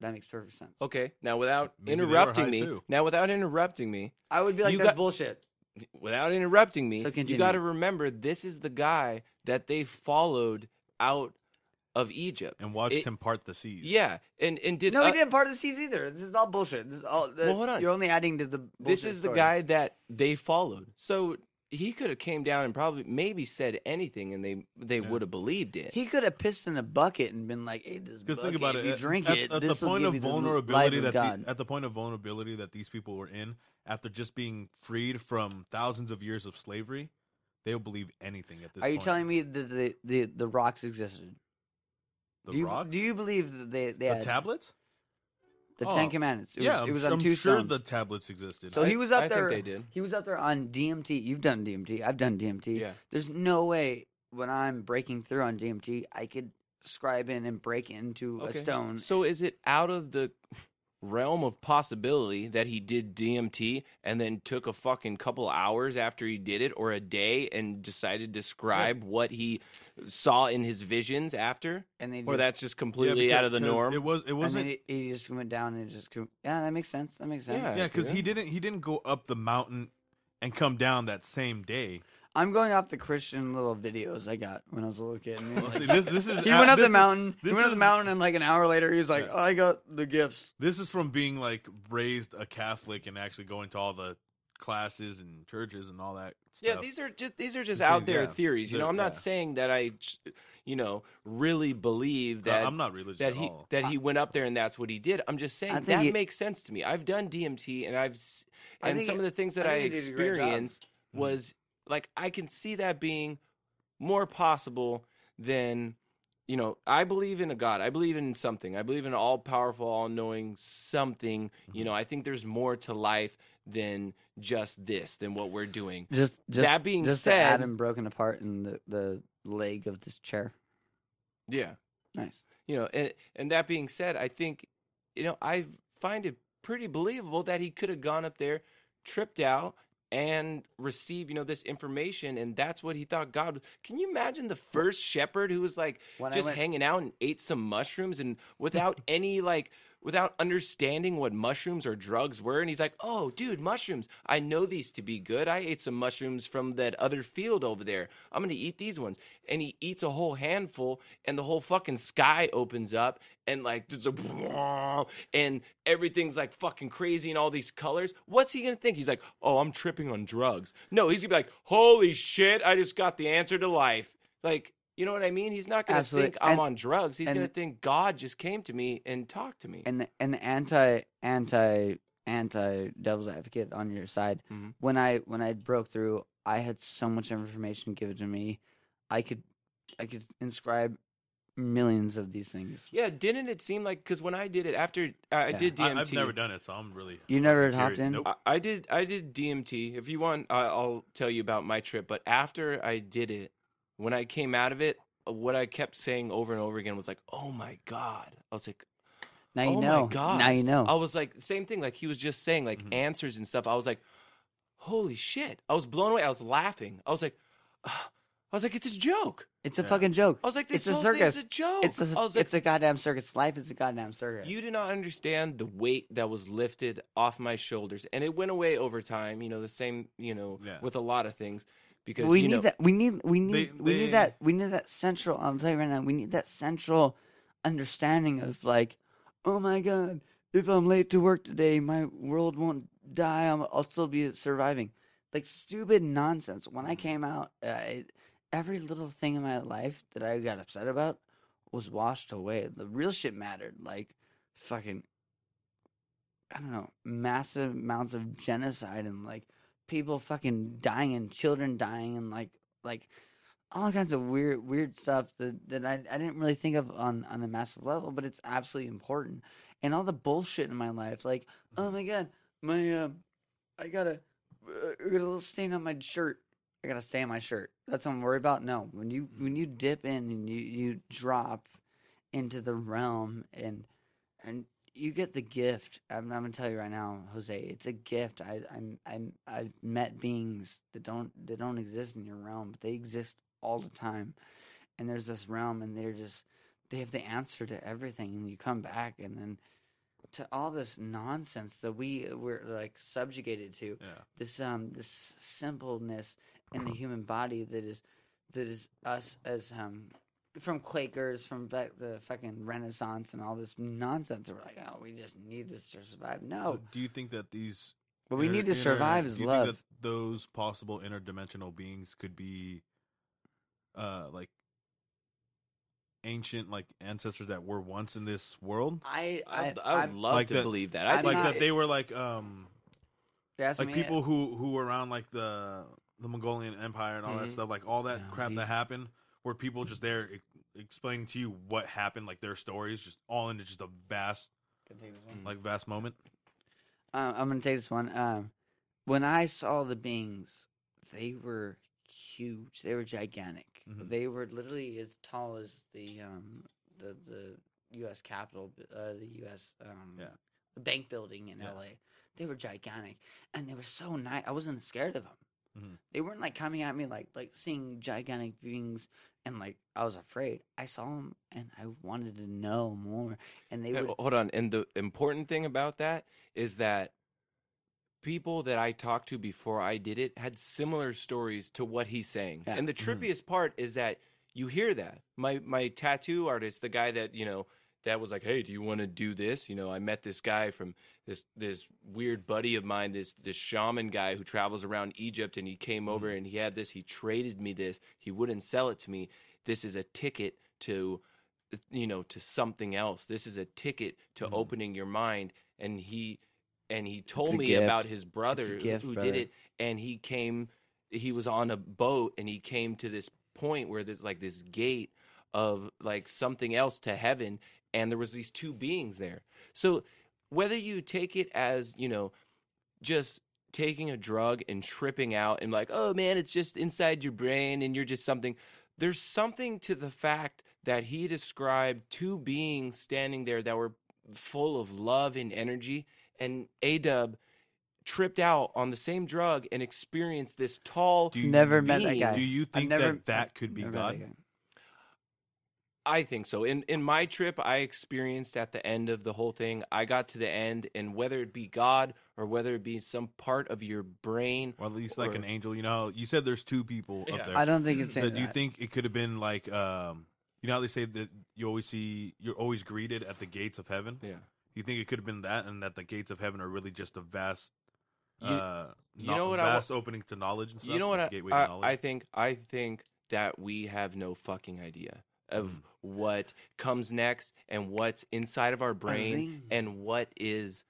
That makes perfect sense. okay now without Maybe they were interrupting high, me too. now without interrupting me I would be like, You That's got- bullshit. without interrupting me, So you continue. got to remember this is the guy that they followed out of Egypt. and watched It- him part the seas. Yeah, and and did No, uh, he didn't part of the seas either. This is all bullshit. This is all the, Well, hold on. you're only adding to the this bullshit is the story. guy that they followed. So he could have came down and probably maybe said anything, and they they would have believed it. He could have pissed in a bucket and been like, "Hey, this Because bucket. think about if it. you at- drink at, it, at the this will point give of you the vulnerability life that of the- God." at the point of vulnerability that these people were in after just being freed from thousands of years of slavery, they'll believe anything at this. Are you point. telling me that the, the the rocks existed? the do you, rocks, Do you believe that they they the had tablets? the Oh, Ten Commandments? It yeah, was, I'm it was su- on I'm two sure stones. the tablets existed. so I- he was up I think there. they did. He was up there on DMT. You've done DMT. I've done DMT. Yeah. There's no way when I'm breaking through on DMT, I could scribe in and break into Okay. a stone. So is it out of the realm of possibility that he did DMT and then took a fucking couple hours after he did it or a day and decided to describe what he saw in his visions after? And they Or just- that's just Yeah, completely because- out of the 'cause norm? It was. It I wasn't. mean, he he just went down and just. co- Yeah, that makes sense. That makes sense. Yeah. yeah, because yeah. he didn't. He didn't go up the mountain and come down that same day. I'm going off the Christian little videos I got when I was a little kid. man. See, this, this is he at- went up this the is- mountain. He this went up the is- mountain, and like an hour later, he was like, "Oh, Yeah. "I got the gifts." This is from being like raised a Catholic and actually going to all the classes and churches and all that. Stuff. Yeah, these are just these are just These out things, there yeah. theories. You know, They're- I'm not yeah. saying that I, you know, really believe No, that I'm not religious that at he all. that he went up there and that's what he did. I'm just I saying think that he- makes sense to me. I've done DMT and I've s- I and think some it- of the things that I I, think he did a great job. Mm-hmm. experienced Mhm. was like I can see that being more possible than you know. I believe in a God. I believe in something. I believe in an all powerful, all knowing something. Mm-hmm. You know, I think there's more to life than just this than what we're doing. Just, just That being just said- the Adam broken apart in the the leg of this chair. Yeah. Nice. you know and and that being said i think you know i find it pretty believable that he could have gone up there tripped out and received you know this information and that's what he thought god can you imagine the first shepherd who was like When I just went- hanging out and ate some mushrooms and without any like without understanding what mushrooms or drugs were and he's like oh dude mushrooms i know these to be good i ate some mushrooms from that other field over there i'm gonna eat these ones and he eats a whole handful and the whole fucking sky opens up and like there's a and everything's like fucking crazy and all these colors what's he gonna think he's like oh i'm tripping on drugs no he's gonna be like holy shit i just got the answer to life like you know what I mean? He's not going to Absolutely. think I'm And- on drugs. He's and- going to think God just came to me and talked to me. And the, and the anti anti anti devil's advocate on your side. Mhm. When I when I broke through, I had so much information given to me. I could I could inscribe millions of these things. yeah, didn't it seem like because when I did it after uh, I I Yeah. did DMT, I, I've never done it, so I'm really. You never Period. hopped in. Uh, Nope. I, I did I did DMT. If you want, I, I'll tell you about my trip. But after I did it, when I came out of it, what I kept saying over and over again was like, "Oh my God!" I was like, Now you Oh my know. God. Oh, Now you know. I was like, same thing. Like he was just saying, like Mhm. Mm-hmm. answers and stuff. I was like, holy shit! I was blown away. I was laughing. I was like, "Ah." I was like, it's a joke. it's a Yeah. fucking joke. I was like, It's this a whole thing's circus. a joke. It's a I was like, it's a goddamn circus. Life is a goddamn circus. you did not understand the weight that was lifted off my shoulders, and it went away over time. You know, the same. You know, Yeah. with a lot of things because we you need know, that. We need. We need. we they- need that. We need that central. I'm telling you right now. We need that central understanding of like, oh my god, if I'm late to work today, my world won't die. I'm, I'll still be surviving. Like stupid nonsense. When I came out, I, every little thing in my life that I got upset about was washed away. The real shit mattered. Like, fucking, I don't know, massive amounts of genocide and like people fucking dying and children dying and like like all kinds of weird weird stuff that, that I, I didn't really think of on, on a massive level, but it's absolutely important. And all the bullshit in my life, like, oh my god, my um I got a uh, I got a little stain on my shirt. I got a stain on my shirt. That's what I'm worried about. No. When you when you dip in and you, you drop into the realm and and you get the gift. I'm, I'm gonna tell you right now, Jose. It's a gift. I I'm I'm I've met beings that don't that don't exist in your realm, but they exist all the time. And there's this realm, and they're just they have the answer to everything. And you come back, and then to all this nonsense that we we're like subjugated to Yeah. this um this simpleness in the human body that is that is us as um from Quakers from back the fucking Renaissance and all this nonsense. We're like, oh, we just need this to survive. No, So do you think that these what we inter- need to inter- survive is do you love. Think that those possible interdimensional beings could be, uh, like ancient like ancestors that were once in this world, I I, I, I would I've- love Like to that- believe that. I I I'm think like not- that they were like um you're asking like me- people who who were around like the the Mongolian Empire and all that Mhm. stuff, like all that Mm-hmm. No, crap that these- happened. Were people just there e- explaining to you what happened, like their stories, just all into just a vast, Mm. like vast moment? Uh, I'm gonna take this one. Um, when I saw the beings, they were huge. They were gigantic. Mhm. They were literally as tall as the um the the U.S. Capitol, bu- uh, the U.S. Um, Yeah. the bank building in Yeah. L.A. They were gigantic, and they were so nice. I wasn't scared of them. Mhm. They weren't like coming at me like like seeing gigantic beings. And like I was afraid, I saw them, and I wanted to know more. And they Hey, would Hold on. And the important thing about that is that people that I talked to before I did it had similar stories to what he's saying. Yeah. And the Mhm. trippiest part is that you hear that. My my tattoo artist, the guy that, you know, that was like, "Hey, do you want to do this?" You know, I met this guy from this this weird buddy of mine, this this shaman guy who travels around Egypt and he came over Mm-hmm. and he had this, he traded me this. He wouldn't sell it to me. This is a ticket to you know, to something else. This is a ticket to Mhm. opening your mind and he and he Mm-hmm. It's told a me gift. about his brother who- gift, who did brother. it and he came he was on a boat and he came to this point where there's like this gate of like something else to heaven and there was these two beings there so whether you take it as you know just taking a drug and tripping out and like oh man it's just inside your brain and you're just something there's something to the fact that he described two beings standing there that were full of love and energy and adub tripped out on the same drug and experienced this tall Do you Never met that think- guy. Do you I've think never- that that could be Never met God? that guy. I think so. In in my trip, I experienced at the end of the whole thing. I got to the end, and whether it be God or whether it be some part of your brain, Or at least like Or- an angel. You know, how you said there's two people Yeah. up there. I don't think it's But saying do you that. think it could have been like, um, you know how they say that you always see, you're always greeted at the gates of heaven? yeah, You think it could have been that, and that the gates of heaven are really just a vast, You- uh, you no- know what I wa- vast opening to knowledge and stuff. you know what? like I, gateway to I, knowledge. I think I think that we have no fucking idea of Mm. what comes next and what's inside of our brain Zing. and what is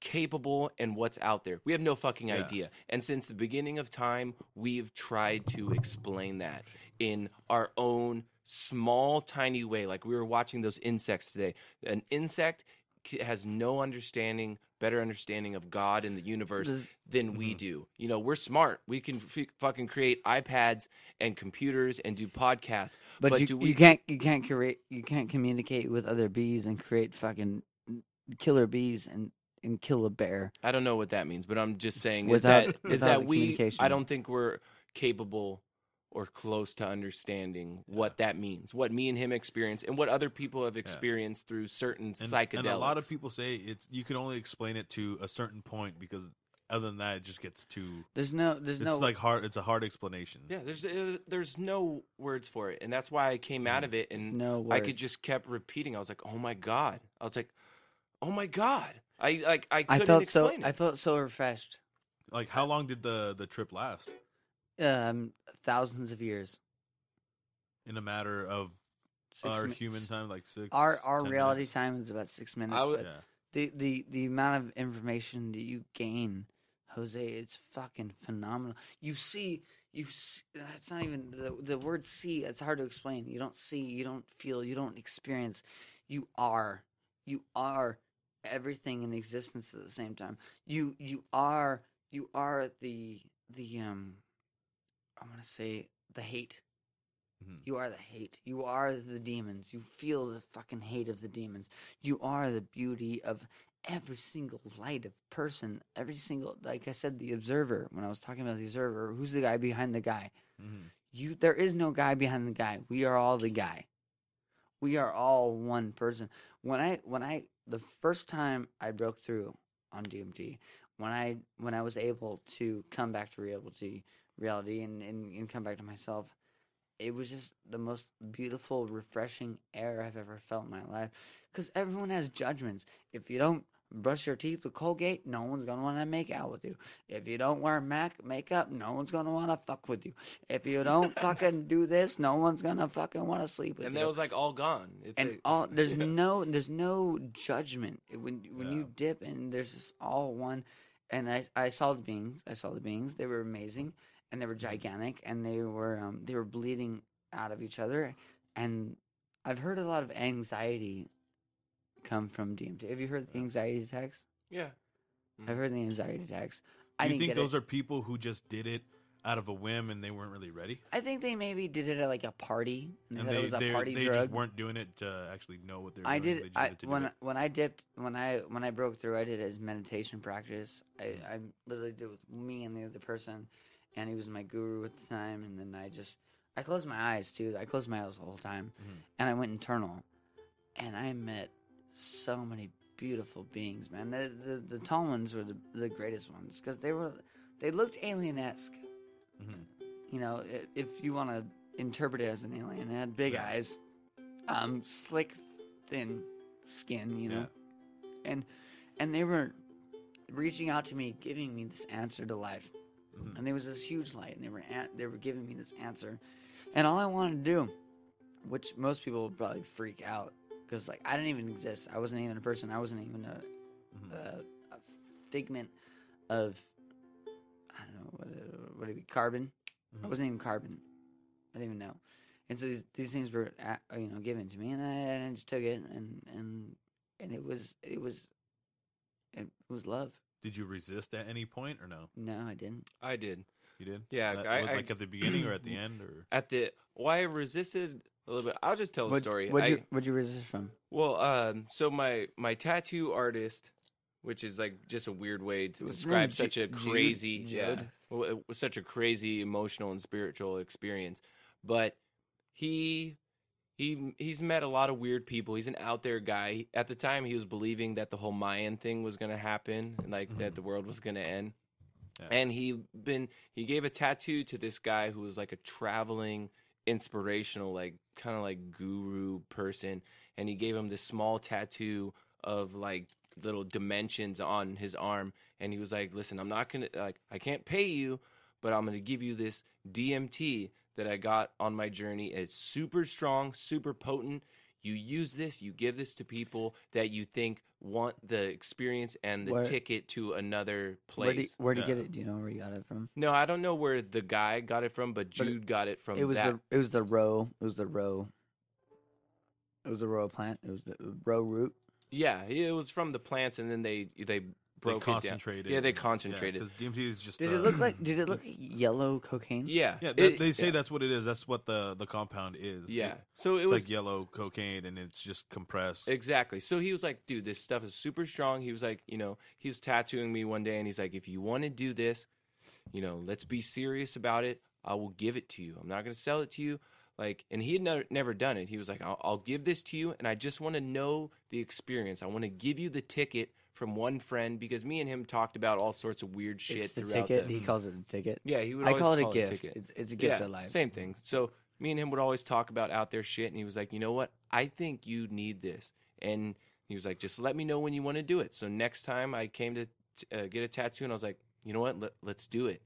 capable and what's out there. We have no fucking Yeah. idea. And since the beginning of time, we've tried to explain that in our own small, tiny way. Like we were watching those insects today. An insect c- has no understanding, better understanding of God and the universe Does- than we Mm-hmm. do. You know, we're smart. We can f- fucking create iPads and computers and do podcasts. But, you, do we you can't you can't create you can't communicate with other bees and create fucking killer bees and and kill a bear. I don't know what that means, but I'm just saying Without- is that is without that the we communication. I don't think we're capable or close to understanding what that means, what me and him experience, and what other people have experienced through certain and, psychedelics. and a lot of people say it's you can only explain it to a certain point because other than that, it just gets too. There's no there's It's no like hard. It's a hard explanation. yeah, there's uh, there's no words for it, and that's why I came out of it, there's and no I could words. just kept repeating. I was like, oh my god, I was like, oh my god, I like I I couldn't felt so explain I it. felt so refreshed. Like, how long did the the trip last? Um, thousands of years. In a matter of Six our min- human s- time, like six. Our our 10 reality minutes? time is about six minutes. I would- but Yeah. the the the amount of information that you gain, Jose, it's fucking phenomenal. You see, you see, that's not even the the word see. It's hard to explain. You don't see, you don't feel, you don't experience. You are, you are everything in existence at the same time. You you are you are the the um, I want to say the hate. Mhm. You are the hate. You are the demons. You feel the fucking hate of the demons. You are the beauty of every single light of person. Every single, like I said, the observer. When I was talking about the observer, who's the guy behind the guy? Mhm. You, there is no guy behind the guy. We are all the guy. We are all one person. When I, when I, the first time I broke through on DMT, when I, when I was able to come back to reality, reality, and and, and come back to myself, it was just the most beautiful, refreshing air I've ever felt in my life. Because everyone has judgments. If you don't brush your teeth with Colgate, no one's gonna want to make out with you. If you don't wear Mac makeup, no one's gonna want to fuck with you. If you don't fucking do this, no one's gonna fucking want to sleep with and you that was like all gone. It's and like- all there's Yeah. no there's no judgment It- when when Yeah. you dip and there's just all one and I I saw the beings I saw the beings they were amazing and they were Mm-hmm. gigantic and they were um, they were bleeding out of each other and I've heard a lot of anxiety come from DMT. Have you heard the anxiety attacks? yeah. I've heard the anxiety attacks. I Do Mm-hmm. you didn't think get those it. are people who just did it out of a whim and they weren't really ready? I think they maybe did it at like a party. And they And thought they it was a they, party they drug. just weren't doing it to actually know what they're doing. I They did. just I it to do when it. when I dipped when I when I broke through, I did it as meditation practice. I Mm-hmm. I literally did it with me and the other person, and he was my guru at the time. And then I just I closed my eyes too. I Mm-hmm. closed my eyes the whole time, Mhm. and I went internal, and I met so many beautiful beings, man. The the, the tall ones were the, the greatest ones because they were they looked alien esque. Mhm. You know, i- if you want to interpret it as an alien, they had big Yeah. eyes, um, slick, thin skin. You know, and and they were reaching out to me, giving me this answer to life. Mhm. And there was this huge light, and they were an- they were giving me this answer, and all I wanted to do, which most people would probably freak out, because like I didn't even exist. I wasn't even a person. I wasn't even a, Mm-hmm. a, a figment of I don't know what it, what it be carbon. I Mhm. wasn't even carbon. I didn't even know. And so these, these things were at, you know given to me, and I, and I just took it, and and and it was it was it was love. Did you resist at any point or no? No, I didn't. I did. You did? Yeah, That I- was, I- like at the beginning or at the end or At the why I resisted a little bit. I'll just tell a What- story. What'd I- you, what'd you resist from? Well, um, so my my tattoo artist, which is like just a weird way to What's his describe name? such a Ju- Jude? crazy, yeah, Judd? well, it was such a crazy emotional and spiritual experience. But he he he's met a lot of weird people. He's an out there guy. At the time, he was believing that the whole Mayan thing was going to happen, and like that Mhm. the world was going to end. Yeah. And he been he gave a tattoo to this guy who was like a traveling inspirational like kind of like guru person and he gave him this small tattoo of like little dimensions on his arm and he was like listen i'm not gonna like i can't pay you but i'm gonna give you this dmt that i got on my journey it's super strong super potent you use this you give this to people that you think want the experience and the Where- ticket to another Where place do you, where'd you get Yeah. it? Do you know where you got it from? no i don't know where the guy got it from but But it- jude got it from it was that the it was the row. It was the row. It was the row plant. It was the row root. Yeah, it was from the plants, and then they they broke they it down. concentrated. Yeah, they and- concentrated. Yeah, 'cause DMT is just Did the- it look like did it look like Uh. yellow cocaine? Yeah, Yeah, it- that, they say yeah. that's what it is. That's what the the compound is. Yeah, It- so it it's was like yellow cocaine and it's just compressed. exactly. So he was like, "Dude, this stuff is super strong." He was like, you know, he was tattooing me one day, and he's like, "If you want to do this, you know, let's be serious about it. I will give it to you. I'm not going to sell it to you." Like, and he had never, never done it. He was like, I'll, "I'll give this to you, and I just want to know the experience. I want to give you the ticket from one friend because me and him talked about all sorts of weird shit it's the throughout ticket. the." He calls it a ticket. Yeah, he would. I always call it a A gift. ticket. it's, it's a gift yeah, of life. Same thing. So me and him would always talk about out there shit, and he was like, you know what? I think you need this, and he was like, just let me know when you want to do it. So next time I came to t- uh, get a tattoo, and I was like, you know what? Let, let's do it.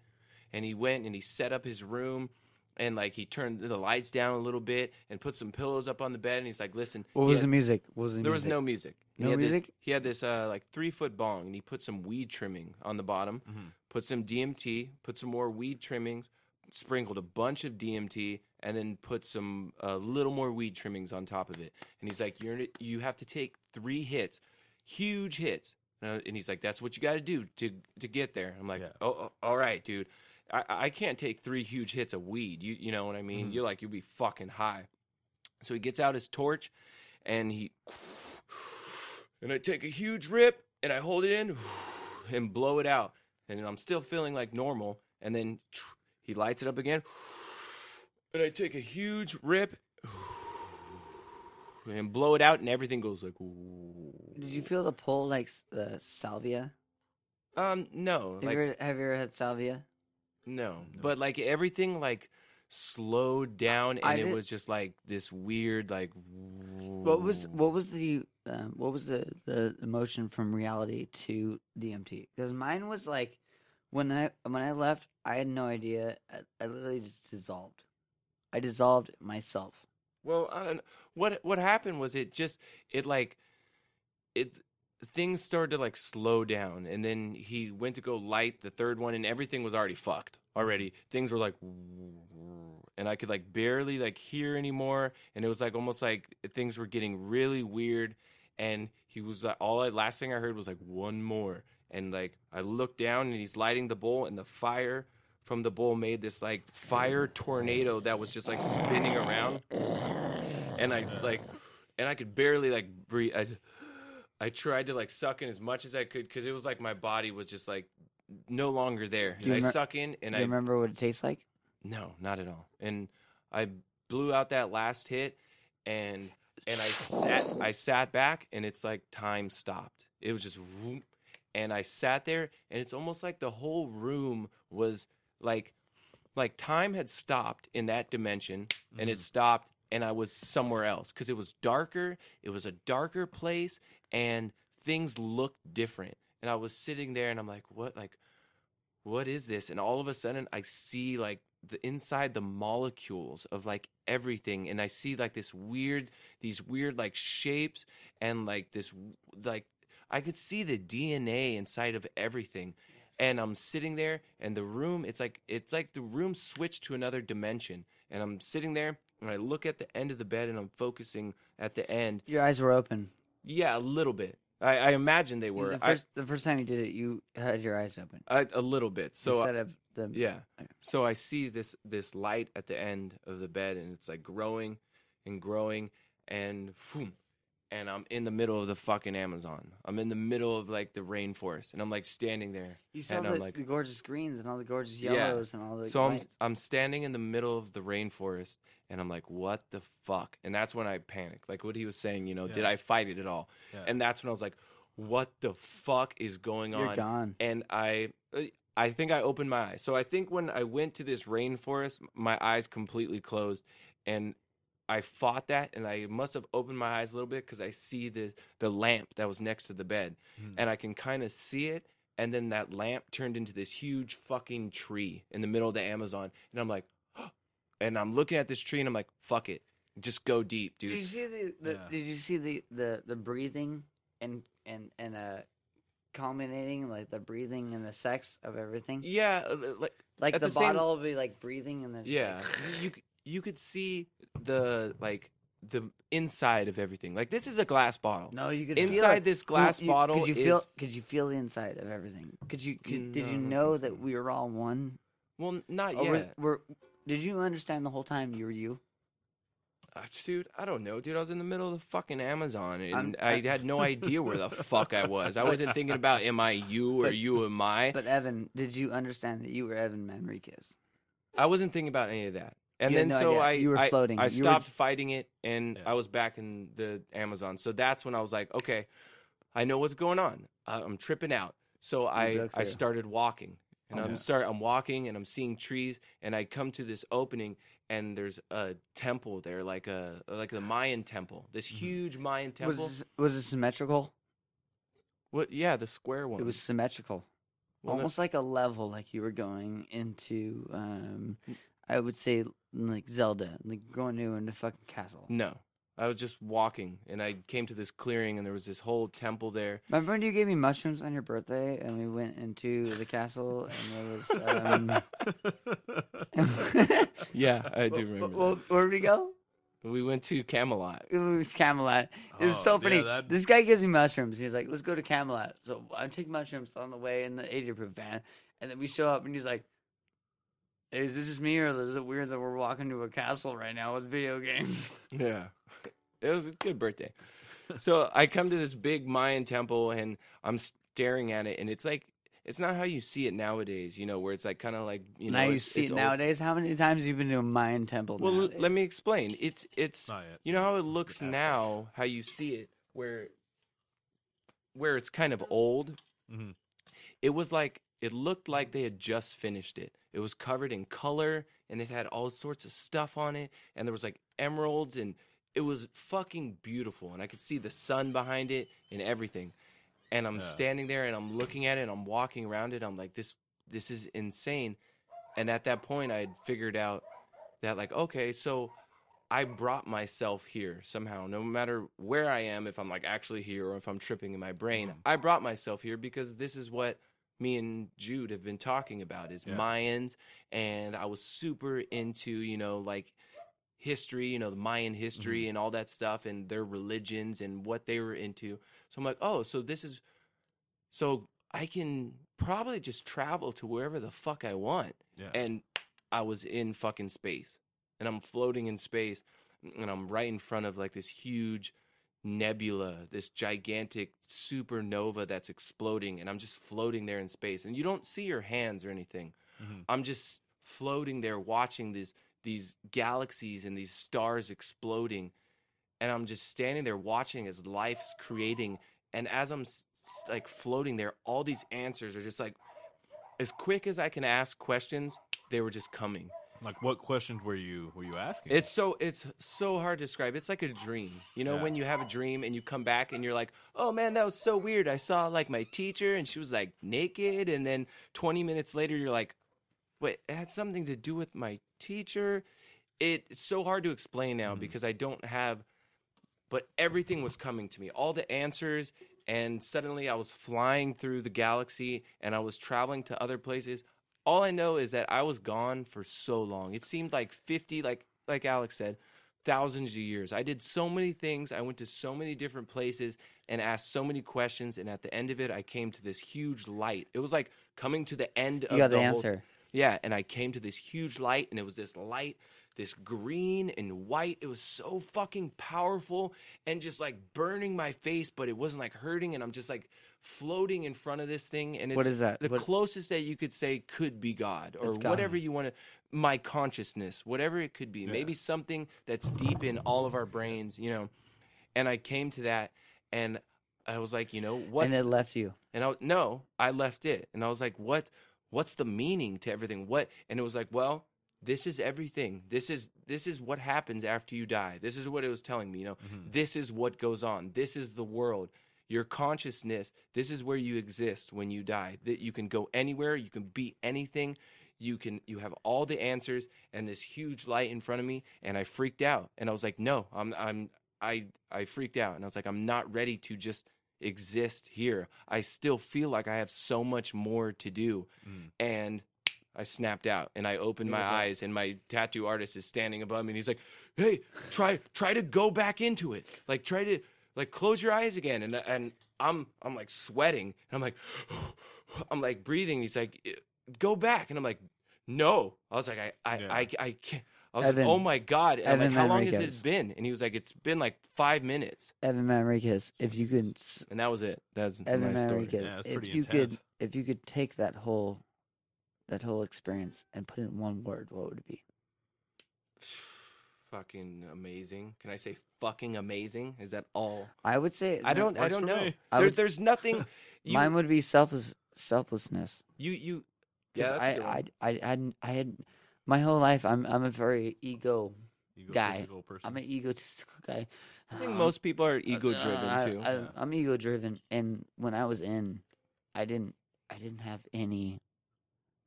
And he went and he set up his room. And like he turned the lights down a little bit and put some pillows up on the bed and he's like, "Listen, What he was had- the music? What was the there was music? no music. And No he had This, music? he had this uh, like three foot bong, and he put some weed trimming on the bottom, Mm-hmm. Mhm. put some DMT, put some more weed trimmings, sprinkled a bunch of DMT, and then put some a little more weed trimmings on top of it. And he's like, "You're you have to take three hits, huge hits." And I- and he's like, "That's what you got to do to to get there." I'm like, Yeah. oh, "Oh, all right, dude." I, I can't take three huge hits of weed. You you know what I mean? Mm-hmm. You're like you'll be fucking high. So he gets out his torch and he and I take a huge rip and I hold it in and blow it out. And I'm still feeling like normal. And then he lights it up again. And I take a huge rip and blow it out and everything goes like Did you feel the pull like s- uh, salvia? um no Have, like you ever, have you ever had salvia? No, but like everything like slowed down, and I it did- was just like this weird like. What was what was the um, what was the the emotion from reality to DMT? Because mine was like when I when I left, I had no idea. I, I literally just dissolved. I dissolved myself. Well, I don't. What what happened was it just it like it things started to like slow down, and then he went to go light the third one, and everything was already fucked already. Things were like, and I could like barely like hear anymore, and it was like almost like things were getting really weird. And he was like, all I last thing I heard was like one more, and like I looked down, and he's lighting the bowl, and the fire from the bowl made this like fire tornado that was just like spinning around and I like, and I could barely like breathe. I, I tried to like suck in as much as I could because it was like my body was just like no longer there. you I remem- suck in and Do I you remember what it tastes like? no, not at all. And I blew out that last hit, and and I sat I sat back and it's like time stopped. It was just whoom, and I sat there and it's almost like the whole room was like like time had stopped in that dimension and Mm-hmm. it stopped and I was somewhere else cuz it was darker. It was a darker place and things looked different. And I was sitting there and I'm like what like what is this? And all of a sudden, I see like the inside the molecules of like everything, and I see like this weird, these weird like shapes, and like this, w- like I could see the DNA inside of everything. And I'm sitting there, and the room, it's like it's like the room switched to another dimension. And I'm sitting there, and I look at the end of the bed, and I'm focusing at the end. Your eyes were open. Yeah, a little bit. I, I imagine they were. the I- first the first time you did it, you had your eyes open I, a little bit. So I- instead of the yeah. Okay. So I see this this light at the end of the bed, and it's like growing and growing, and boom, and I'm in the middle of the fucking Amazon. I'm in the middle of like the rainforest, and I'm like standing there. You saw and the, I'm like, the gorgeous greens and all the gorgeous Yeah. yellows and all the so I'm lights. I'm standing in the middle of the rainforest, and I'm like, what the fuck? And that's when I panicked. Like what he was saying, you know, Yeah. did I fight it at all? Yeah. And that's when I was like, what the fuck is going you're on? gone. and I I think I opened my eyes. So I think when I went to this rainforest, my eyes completely closed and I fought that and I must have opened my eyes a little bit cuz I see the the lamp that was next to the bed Hmm. and I can kind of see it and then that lamp turned into this huge fucking tree in the middle of the Amazon and I'm like and I'm looking at this tree and I'm like fuck it. Just go deep, Did you dude. see the, the Yeah. Did you see the, the, the breathing and and and uh, culminating like the breathing and the sex of everything? Yeah, uh, like Like at the, the same- bottle will be like breathing and then just, Yeah, like, you c- you could see the like the inside of everything. Like this is a glass bottle. no, you could feel Inside it. this You- glass you- bottle Could you is feel? Could you feel the inside of everything? Could you? Could, did No, you I don't know think so. that we were all one? well, not Or was, yet, were did you understand the whole time you were you? Uh, dude. I don't know, dude. I was in the middle of the fucking Amazon, and i I'm- had no idea where the fuck I was. I wasn't thinking about am I you or But- you am I. But Evan, did you understand that you were Evan Manriquez? I wasn't thinking about any of that. And You had then no so idea. I You were I- floating. I, You were stopped j- fighting it and Yeah. I was back in the Amazon. So that's when I was like, okay, I know what's going on. Uh, I'm tripping out. So I, broke I through. started walking. And Oh, I'm yeah. start I'm walking and I'm seeing trees and I come to this opening and there's a temple there like a like the Mayan temple. This huge Mayan Was temple. Mm-hmm. it- was it symmetrical? What yeah, the square one. It was symmetrical. Well, almost like a level like you were going into um Mm. i would say like zelda like going to into fucking castle No. I was just walking and I came to this clearing and there was this whole temple there remember when you gave me mushrooms on your birthday and we went into the castle and there um, Mm-hmm. was um Yeah, I do Wh- remember. wh- where did we go that. We went to Camelot. it was camelot it was Oh, so yeah, funny that- this guy gives me mushrooms he's like let's go to camelot so i take mushrooms on the way in the 80 proof van and then we show up and he's like is this just me or is it weird that we're walking to a castle right now with video games Yeah, it was a good birthday. So I come to this big Mayan temple and I'm staring at it, and it's like it's not how you see it nowadays. You know, where it's like kind of like you know. now you it's- see it's it old. nowadays. How many times have you been to a Mayan temple? Well, l- nowadays? let me explain. It's it's Not yet. you know how it looks Good aspect. now, how you see it, where where it's kind of old. Mhm. It was like it looked like they had just finished it. It was covered in color and it had all sorts of stuff on it, and there was like emeralds and it was fucking beautiful, and I could see the sun behind it and everything. And I'm Yeah. standing there and I'm looking at it and I'm walking around it. I'm like, this this is insane. And at that point, I had figured out that like, okay, so I brought myself here somehow. No matter where I am, if I'm like actually here or if I'm tripping in my brain, Mhm. I brought myself here because this is what me and Jude have been talking about is Yeah. Mayans and I was super into, you know, like history, you know, the Mayan history and all that stuff and their religions and what they were into. So I'm like, "Oh, so this is so I can probably just travel to wherever the fuck I want." Yeah. and I was in fucking space, and I'm floating in space, and I'm right in front of like this huge nebula, this gigantic supernova that's exploding, and I'm just floating there in space, and you don't see your hands or anything. Mhm. I'm just floating there, watching these these galaxies and these stars exploding, and I'm just standing there watching as life's creating. And as I'm s- s- like floating there, all these answers are just like as quick as I can ask questions. They were just coming. Like, what questions were you were you asking? It's so it's so hard to describe. It's like a dream. You know Yeah. when you have a dream and you come back and you're like, "Oh man, that was so weird. I saw like my teacher and she was like naked." And then 20 minutes later you're like, "Wait, it had something to do with my teacher." It- It's so hard to explain now because I don't have but everything was coming to me, all the answers, and suddenly I was flying through the galaxy and I was traveling to other places. All I know is that I was gone for so long. It seemed like 50 like like Alex said, thousands of years. I did so many things, I went to so many different places and asked so many questions and at the end of it I came to this huge light. It was like coming to the end of You got the whole- answer. yeah, and I came to this huge light, and it was this light, this green and white. It was so fucking powerful and just like burning my face, but it wasn't like hurting, and I'm just like floating in front of this thing. And it's What is that? The What- closest that you could say could be God or It's God. whatever you want to, my consciousness, whatever it could be. Maybe something that's deep in all of our brains, you know. And I came to that, and I was like, you know, what's and it left you. and I no, I left it. And I was like, what what's the meaning to everything? What and it was like, well, this is everything. This is this is what happens after you die. This is what it was telling me, you know. Mm-hmm. This is what goes on. This is the world. Your consciousness, this is where you exist when you die. That you can go anywhere, you can be anything. You can you have all the answers and this huge light in front of me and I freaked out. And I was like, "No, I'm I'm I I freaked out." And I was like, "I'm not ready to just exist here. I still feel like I have so much more to do. And I snapped out and I opened my Beautiful. eyes and my tattoo artist is standing above me and he's like, "Hey, try try to go back into it. Like try to like close your eyes again." And and I'm I'm like sweating and I'm like I'm like breathing. He's like, "Eh, "Go back." And I'm like, "No." I was like, "I I Yeah. I, I can't." I was Evan- like, "Oh my god!" And I'm like, Evan "How long has Manriquez. it been?" And he was like, "It's been like five minutes." Evan Manriquez, if you could, s- And that was it. That's Evan my story. Manriquez, Yeah, it's if pretty you could, intense. if you could take that whole, that whole experience and put it in one word, what would it be? fucking amazing. Can I say fucking amazing? Is that all? I would say I that- don't. I works don't for know. me. I There, would- there's nothing. You, Mine would be selfless, selflessness. you, you. Yeah, Because that's a good one. I, I, I, hadn't, I had my whole life. I'm, I'm a very ego. guy, Physical person. I'm an egotistical guy. Um, I think most people are ego driven too. Uh, I, am ego driven, and when I was in, I didn't, I didn't have any.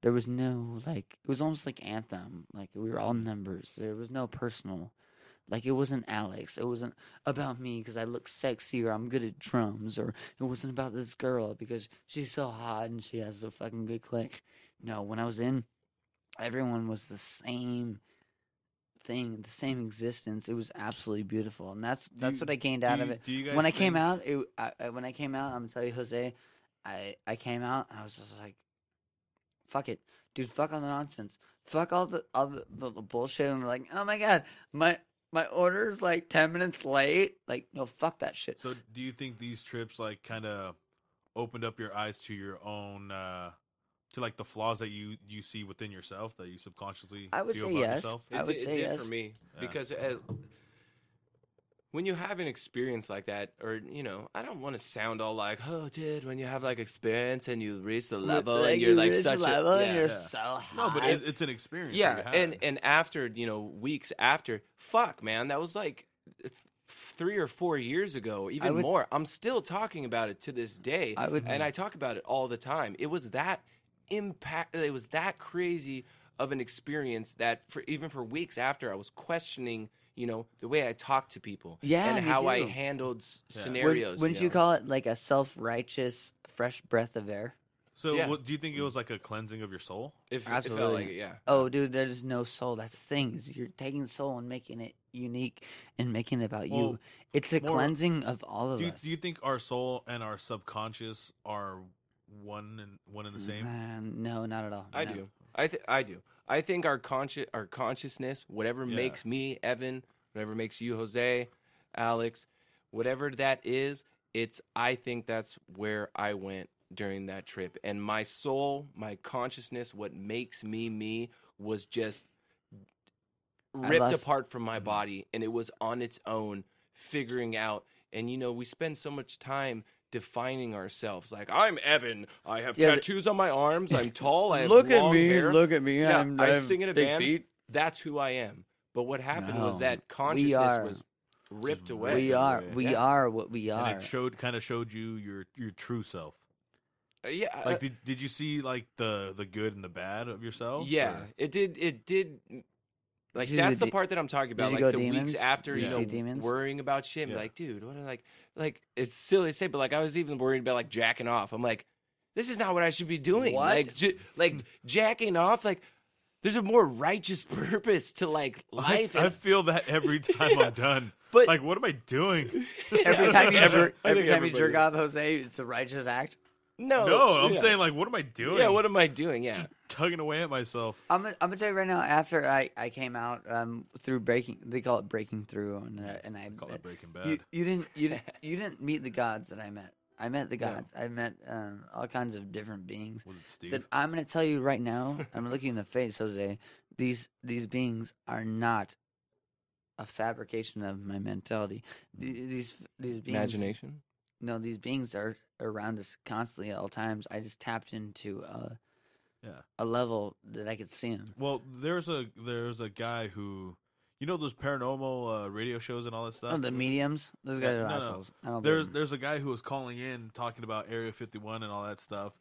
There was no like. It was almost like anthem. Like we were all numbers. There was no personal. Like it wasn't Alex. It wasn't about me because I look sexy or I'm good at drums or it wasn't about this girl because she's so hot and she has a fucking good click. No, when I was in, everyone was the same thing, the same existence. It was absolutely beautiful, and that's that's you- what I gained Do out you- of it. do you guys When I came think- out, it, I, I- when I came out, I'm gonna tell you, Jose, I I came out and I was just like, fuck it, dude, fuck all the nonsense, fuck all the all the, the, the bullshit, and we're like, oh my god, my my order's like ten minutes late. Like, no, fuck that shit. So, do you think these trips like kind of opened up your eyes to your own, uh to like the flaws that you you see within yourself that you subconsciously I would feel say about yes. yourself? I would did, say it did yes. for me Yeah. because uh, when you have an experience like that, or you know, I don't want to sound all like, "Oh, dude," when you have like experience and you reach the level and you're like reach the such level a and you're yeah. so hot. No, but it, it's an experience. that you yeah have. and and after you know weeks after fuck man that was like th- three or four years ago or even would- more i'm still talking about it to this day I would- and i talk about it all the time it was that impact it was that crazy of an experience that for even for weeks after i was questioning you know the way i talked to people Yeah, and me how i too. handled s- Yeah. scenarios Wouldn't you, you know? call it like a self righteous fresh breath of air? so, yeah. what, do you think it was like a cleansing of your soul? if it felt Absolutely. like it yeah Oh, dude, there's no soul. That's things. You're taking soul and making it unique and making it about Well, you. It's a more- cleansing of all of Do you, us. do you think our soul and our subconscious are one and one Mm-hmm. and the same? Man, no, not at all. I No. do. I th- I do. I think our consci- our consciousness, whatever Yeah. makes me Evan, whatever makes you Jose, Alex, whatever that is, it's I think that's where I went during that trip. And my soul, my consciousness, what makes me me was just I ripped lost- Mm-hmm. apart from my body and it was on its own figuring out. And you know, we spend so much time defining ourselves. Like I'm Evan. I have Yeah, the- tattoos on my arms. I'm tall. I have look at long me, hair." look at me. Yeah, I'm, I have sing in a big band. Feet. That's who I am. But what happened was No. that We consciousness are- was ripped Just away. Right, We are, right. we Yeah. are what we are. and it showed kind of showed you your your true self. Uh, yeah, Like, did did you see like the the good and the bad of yourself? uh, yeah, or- it did. It did. Like you see that's the the de- part that I'm talking about. did you Like go the demons? weeks after, Did you you know, see demons? worrying about shit. and be Yeah. Like, dude, what? Are, like, like it's silly to say, but like I was even worried about like jacking off. I'm like, this is not what I should be doing. What? Like, j- like jacking off. Like, there's a more righteous purpose to like I- life. I, and feel that every time I'm done. But- like, what am I doing? Every time you Every- jerk, I every think time you jerk everybody- off, Jose, it's a righteous act. no, no, I'm yeah. saying like, what am I doing? yeah. What am I doing? Yeah, tugging away at myself? I'm gonna, I'm gonna tell you right now. After I, I came out um, through breaking, they call it breaking through, and uh, and I Call it Breaking Bad. you, you didn't you didn't you didn't meet the gods that I met. I met the gods. I met um, all kinds of different beings. Was it Steve? That I'm gonna tell you right now. I'm looking in the face, Jose. These these beings are not a fabrication of my mentality. The- These these beings imagination. no, these beings are around us constantly at all times. I just tapped into a, Yeah. a level that I could see them. Well, there's a there's a guy who you know those paranormal uh, radio shows and all that stuff. Oh, the mediums, those Yeah, guys are no, no. assholes. I don't There's believe 'em. there's a guy who was calling in talking about Area 51 and all that stuff,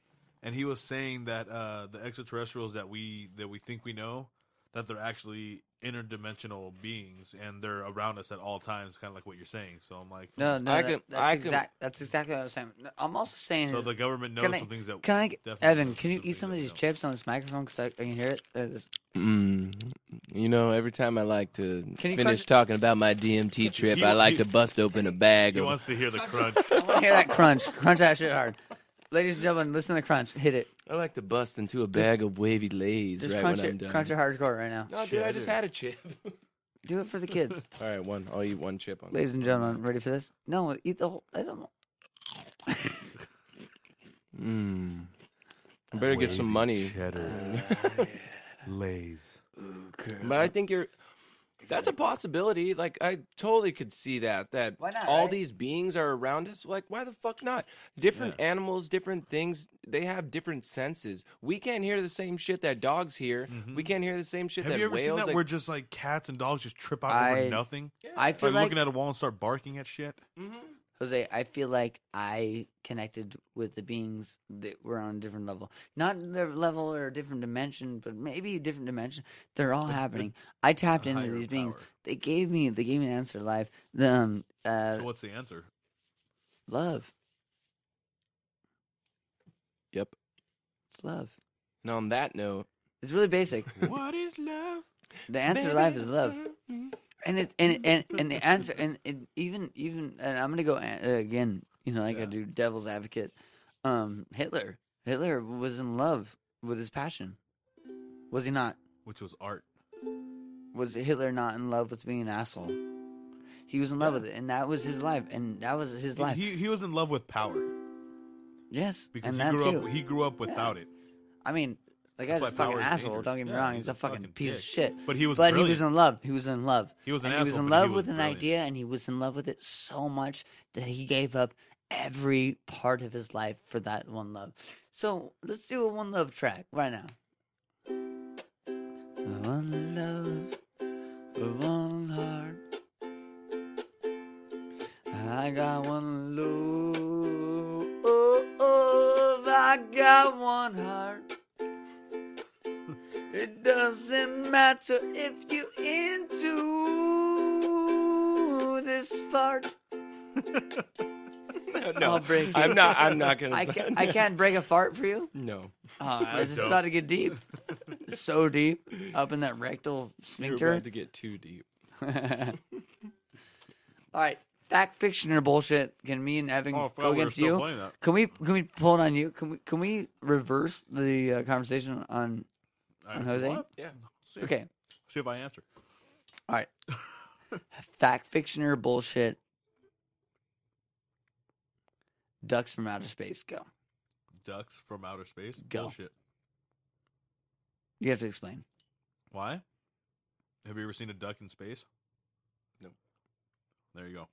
and he was saying that uh, the extraterrestrials that we that we think we know that they're actually interdimensional beings and they're around us at all times, kind of like what you're saying. So I'm like, no, no, I that- can- that's, I can- exact, that's exactly what I'm saying. No, I'm also saying, so is, the government knows can I- some things that can I, get- definitely Evan, knows can you eat things some of that these don't. chips on this microphone because I, I can hear it? Uh, this- Mm. You know, every time I like to Can you finish crunch- talking about my DMT trip, He- I like he- to bust open a bag He of. wants to hear the crunch. I want to hear that crunch. Crunch that shit hard. Ladies and gentlemen, listen to the crunch. Hit it. I like to bust into a bag of wavy lays Just right crunch when I'm it. done. Crunch it hardcore right now. No, dude, I just Shit. had a chip. Do it for the kids. All right, one. I'll eat one chip on. Ladies and gentlemen, ready for this? No, eat the whole. I don't know. Mm. I better get some money. Cheddar, Lay's. But I think you're. That's a possibility. Like I totally could see that. That Why not, all right? these beings are around us. Like why the fuck not? Different animals, different things. They have different senses. We can't hear the same shit that dogs hear. We can't hear the same shit Have that you ever whales. seen that like- where just like cats and dogs just trip out I- over nothing? I Like, feel like looking at a wall and start barking at shit. Jose, I feel like I connected with the beings that were on a different level. Not their level or a different dimension, but maybe a different dimension. They're all happening. I tapped into higher these beings. power. They gave me they gave me an answer live. The um, uh, So what's the answer? love. Yep. It's love. And on that note, It's really basic. what is love? The answer to life is love. And it and and, and the answer and, and even even and I'm gonna go a- uh, again. You know, like I Yeah. do, devil's advocate. Um, Hitler. Hitler was in love with his passion. Was he not? Which was art. Was Hitler not in love with being an asshole? He was in love with it, and that was his life, and that was his life. He he was in love with power yes, because and he that grew too. up he grew up without it. I mean, the guy's why a fucking power is asshole. dangerous. Don't get me Yeah, wrong; he's he's, a a fucking, fucking piece of dick. shit. But he was but he was brilliant. in love. He was in love. He was an and He was asshole, in but he love was with an brilliant. idea, and he was in love with it so much that he gave up every part of his life for that one love. So let's do a one love track right now. One love, one heart. I got one love, oh, I got one heart. It doesn't matter if you into this fart. no, I'll break it. I'm not. I'm not gonna. I can't, I can't break a fart for you. No, Oh, I was just Ah, don't. about to get deep, so deep up in that rectal you're sphincter. about to get too deep. All right, fact, fiction, or bullshit? Can me and Evan Oh, I forgot go we were against still you? playing that. Can we can we pull it on you? Can we can we reverse the uh, conversation on? I- And Jose? what? Yeah. See, Okay, see if I answer. all right. fact, fiction, or bullshit? Ducks from outer space. Go. Ducks from outer space. Go. Bullshit. You have to explain. Why? Have you ever seen a duck in space? No. There you go.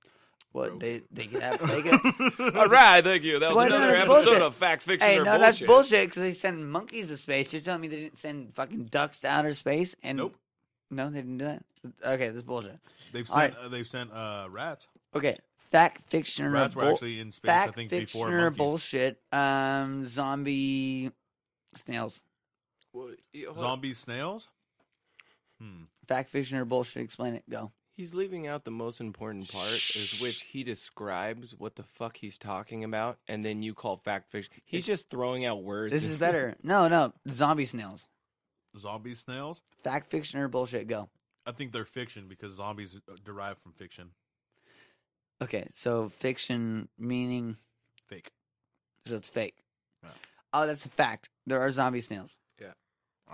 What Bro. they they could have they could. All right, thank you. That was Well, no, another that's episode bullshit. of fact fiction hey, or no, bullshit. that's bullshit because they send monkeys to space. You're telling me they didn't send fucking ducks to outer space? And Nope. no, they didn't do that. Okay, this is bullshit. They've All sent uh, they've sent uh, rats. Okay, fact fiction or Rats were bull- actually in space. I fact think fiction before or monkeys. bullshit. Um, zombie snails. Well, yeah, hold on. Zombie snails. Hmm. Fact fiction or bullshit? Explain it. Go. He's leaving out the most important part, is which he describes what the fuck he's talking about, and then you call fact fiction. He's just throwing out words. This is better. No, no, zombie snails. Zombie snails. Fact fiction or bullshit? Go. I think they're fiction because zombies uh, derive from fiction. Okay, so fiction meaning Fake. so it's fake. Yeah. Oh, that's a fact. There are zombie snails. Yeah,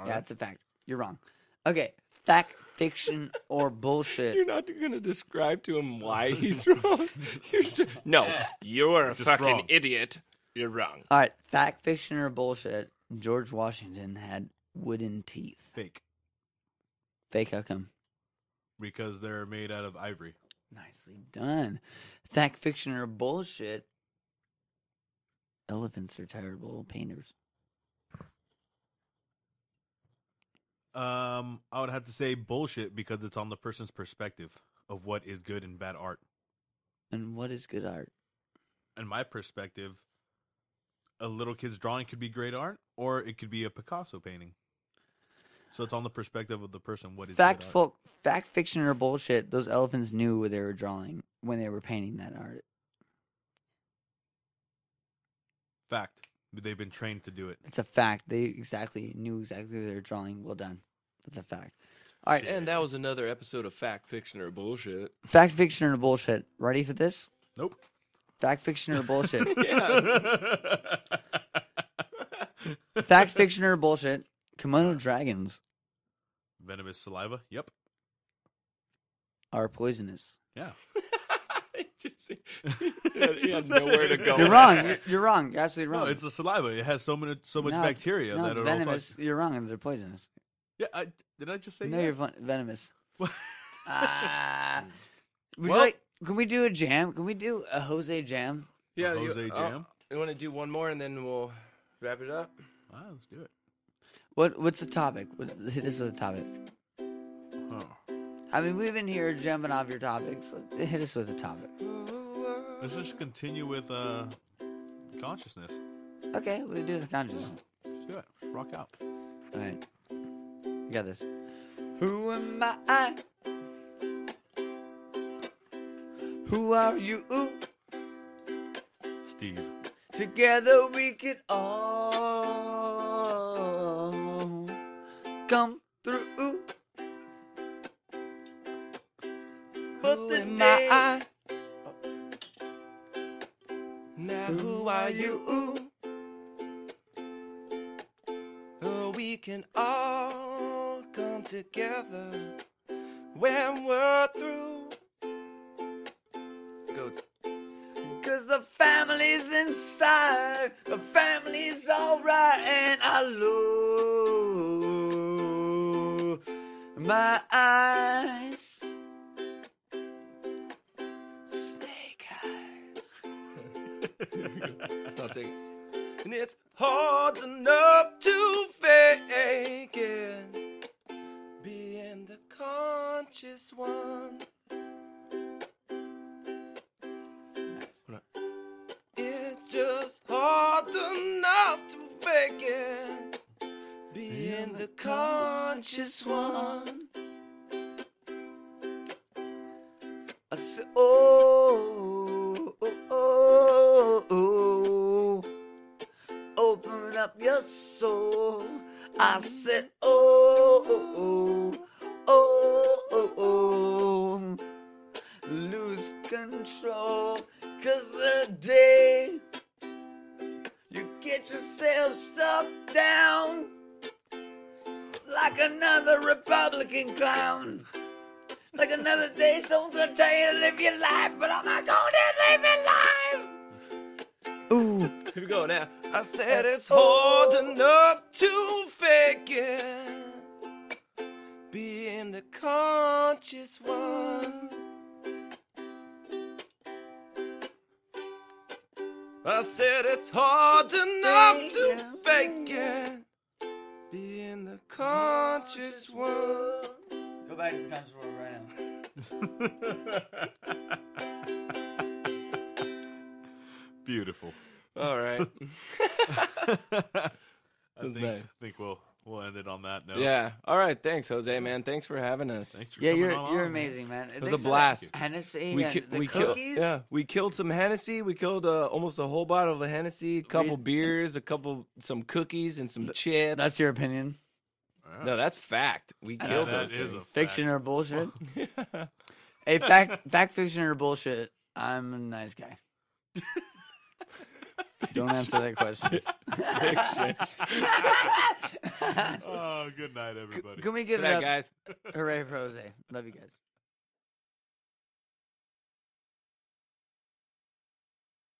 that's a fact. You're wrong. Okay, fact fiction or bullshit? You're not going to describe to him why he's wrong. You're just, no, you are a Just fucking wrong. idiot. You're wrong. All right, fact fiction or bullshit? George Washington had wooden teeth. Fake Fake. How come? because they're made out of ivory. Nicely done. Fact fiction or bullshit? Elephants are terrible painters. Um, I would have to say bullshit because it's on the person's perspective of what is good and bad art. And what is good art? In my perspective, a little kid's drawing could be great art, or it could be a Picasso painting. So it's on the perspective of the person. What is good fact art. folk fact fiction or bullshit those elephants knew what they were drawing when they were painting that art Fact. They've been trained to do it. it's a fact they exactly knew exactly what they were drawing well done that's a fact all right And that was another episode of fact fiction or bullshit. fact fiction or bullshit ready for this Nope. fact fiction or bullshit Yeah. fact fiction or bullshit kimono dragons Venomous saliva. Yep. are poisonous Yeah. Just- he had nowhere to go. you're wrong you're, you're wrong you're absolutely No, wrong it's the saliva. It has so many, so much No, it's- bacteria no, that it's it venomous you're wrong and they're poisonous Yeah. I, did I just say? no yes? you're ven- venomous ah would you Well- like can we do a jam can we do a jose jam Yeah, Jose you, Jam? you want to do one more and then we'll wrap it up? Ah, let's do it. What what's the topic? What, hit us with a topic. I mean, we've been here jumping off your topics. Let- Hit us with a topic. Let's just continue with uh, consciousness. Okay, we do the conscious. Let's do it. Let's rock out. All right, you got this. Who am I? Who are you? Steve. Together we can all come through. But Who the am day- I? Now who are you? Oh, we can all come together when we're through. Go. Cause the family's inside, the family's alright, and I love my eyes. Snake eyes. I'll take it. And it's hard enough to fake it, being the conscious one. Hold on. It's just hard enough to fake it, being the conscious one. I said, oh, oh, oh, oh, open up your soul. I said, oh, oh, oh, oh, oh, oh. lose control, cause the day you get yourself stuck down like another Republican clown. Like another day, someone's gonna tell you to live your life, but I'm not gonna live your life. Here we go now. I said it's hard enough to fake it. Being the conscious one. I said it's hard enough to fake it. Being the conscious one. Go back to the conscious world right now. Beautiful. All right. I was think, nice. think we'll we'll end it on that note. yeah. All right. Thanks, Jose, man. Thanks for having us. Thanks for Yeah, coming you're on you're on, man. amazing, man. It was a blast. Hennessy We, and ki- the we killed, cookies. yeah, we killed some Hennessy. We killed uh, almost a whole bottle of Hennessy, a couple beers, a couple, some cookies, and some chips. That's your opinion. All right. no, that's fact. We Yeah, killed that those is a things. fact. Fiction or bullshit? yeah. hey, fact, fact, fiction or bullshit? I'm a nice guy. Don't answer that question. Oh, good night, everybody. Can we give Good it Oh, night, up? guys. Hooray for Jose! Love you guys.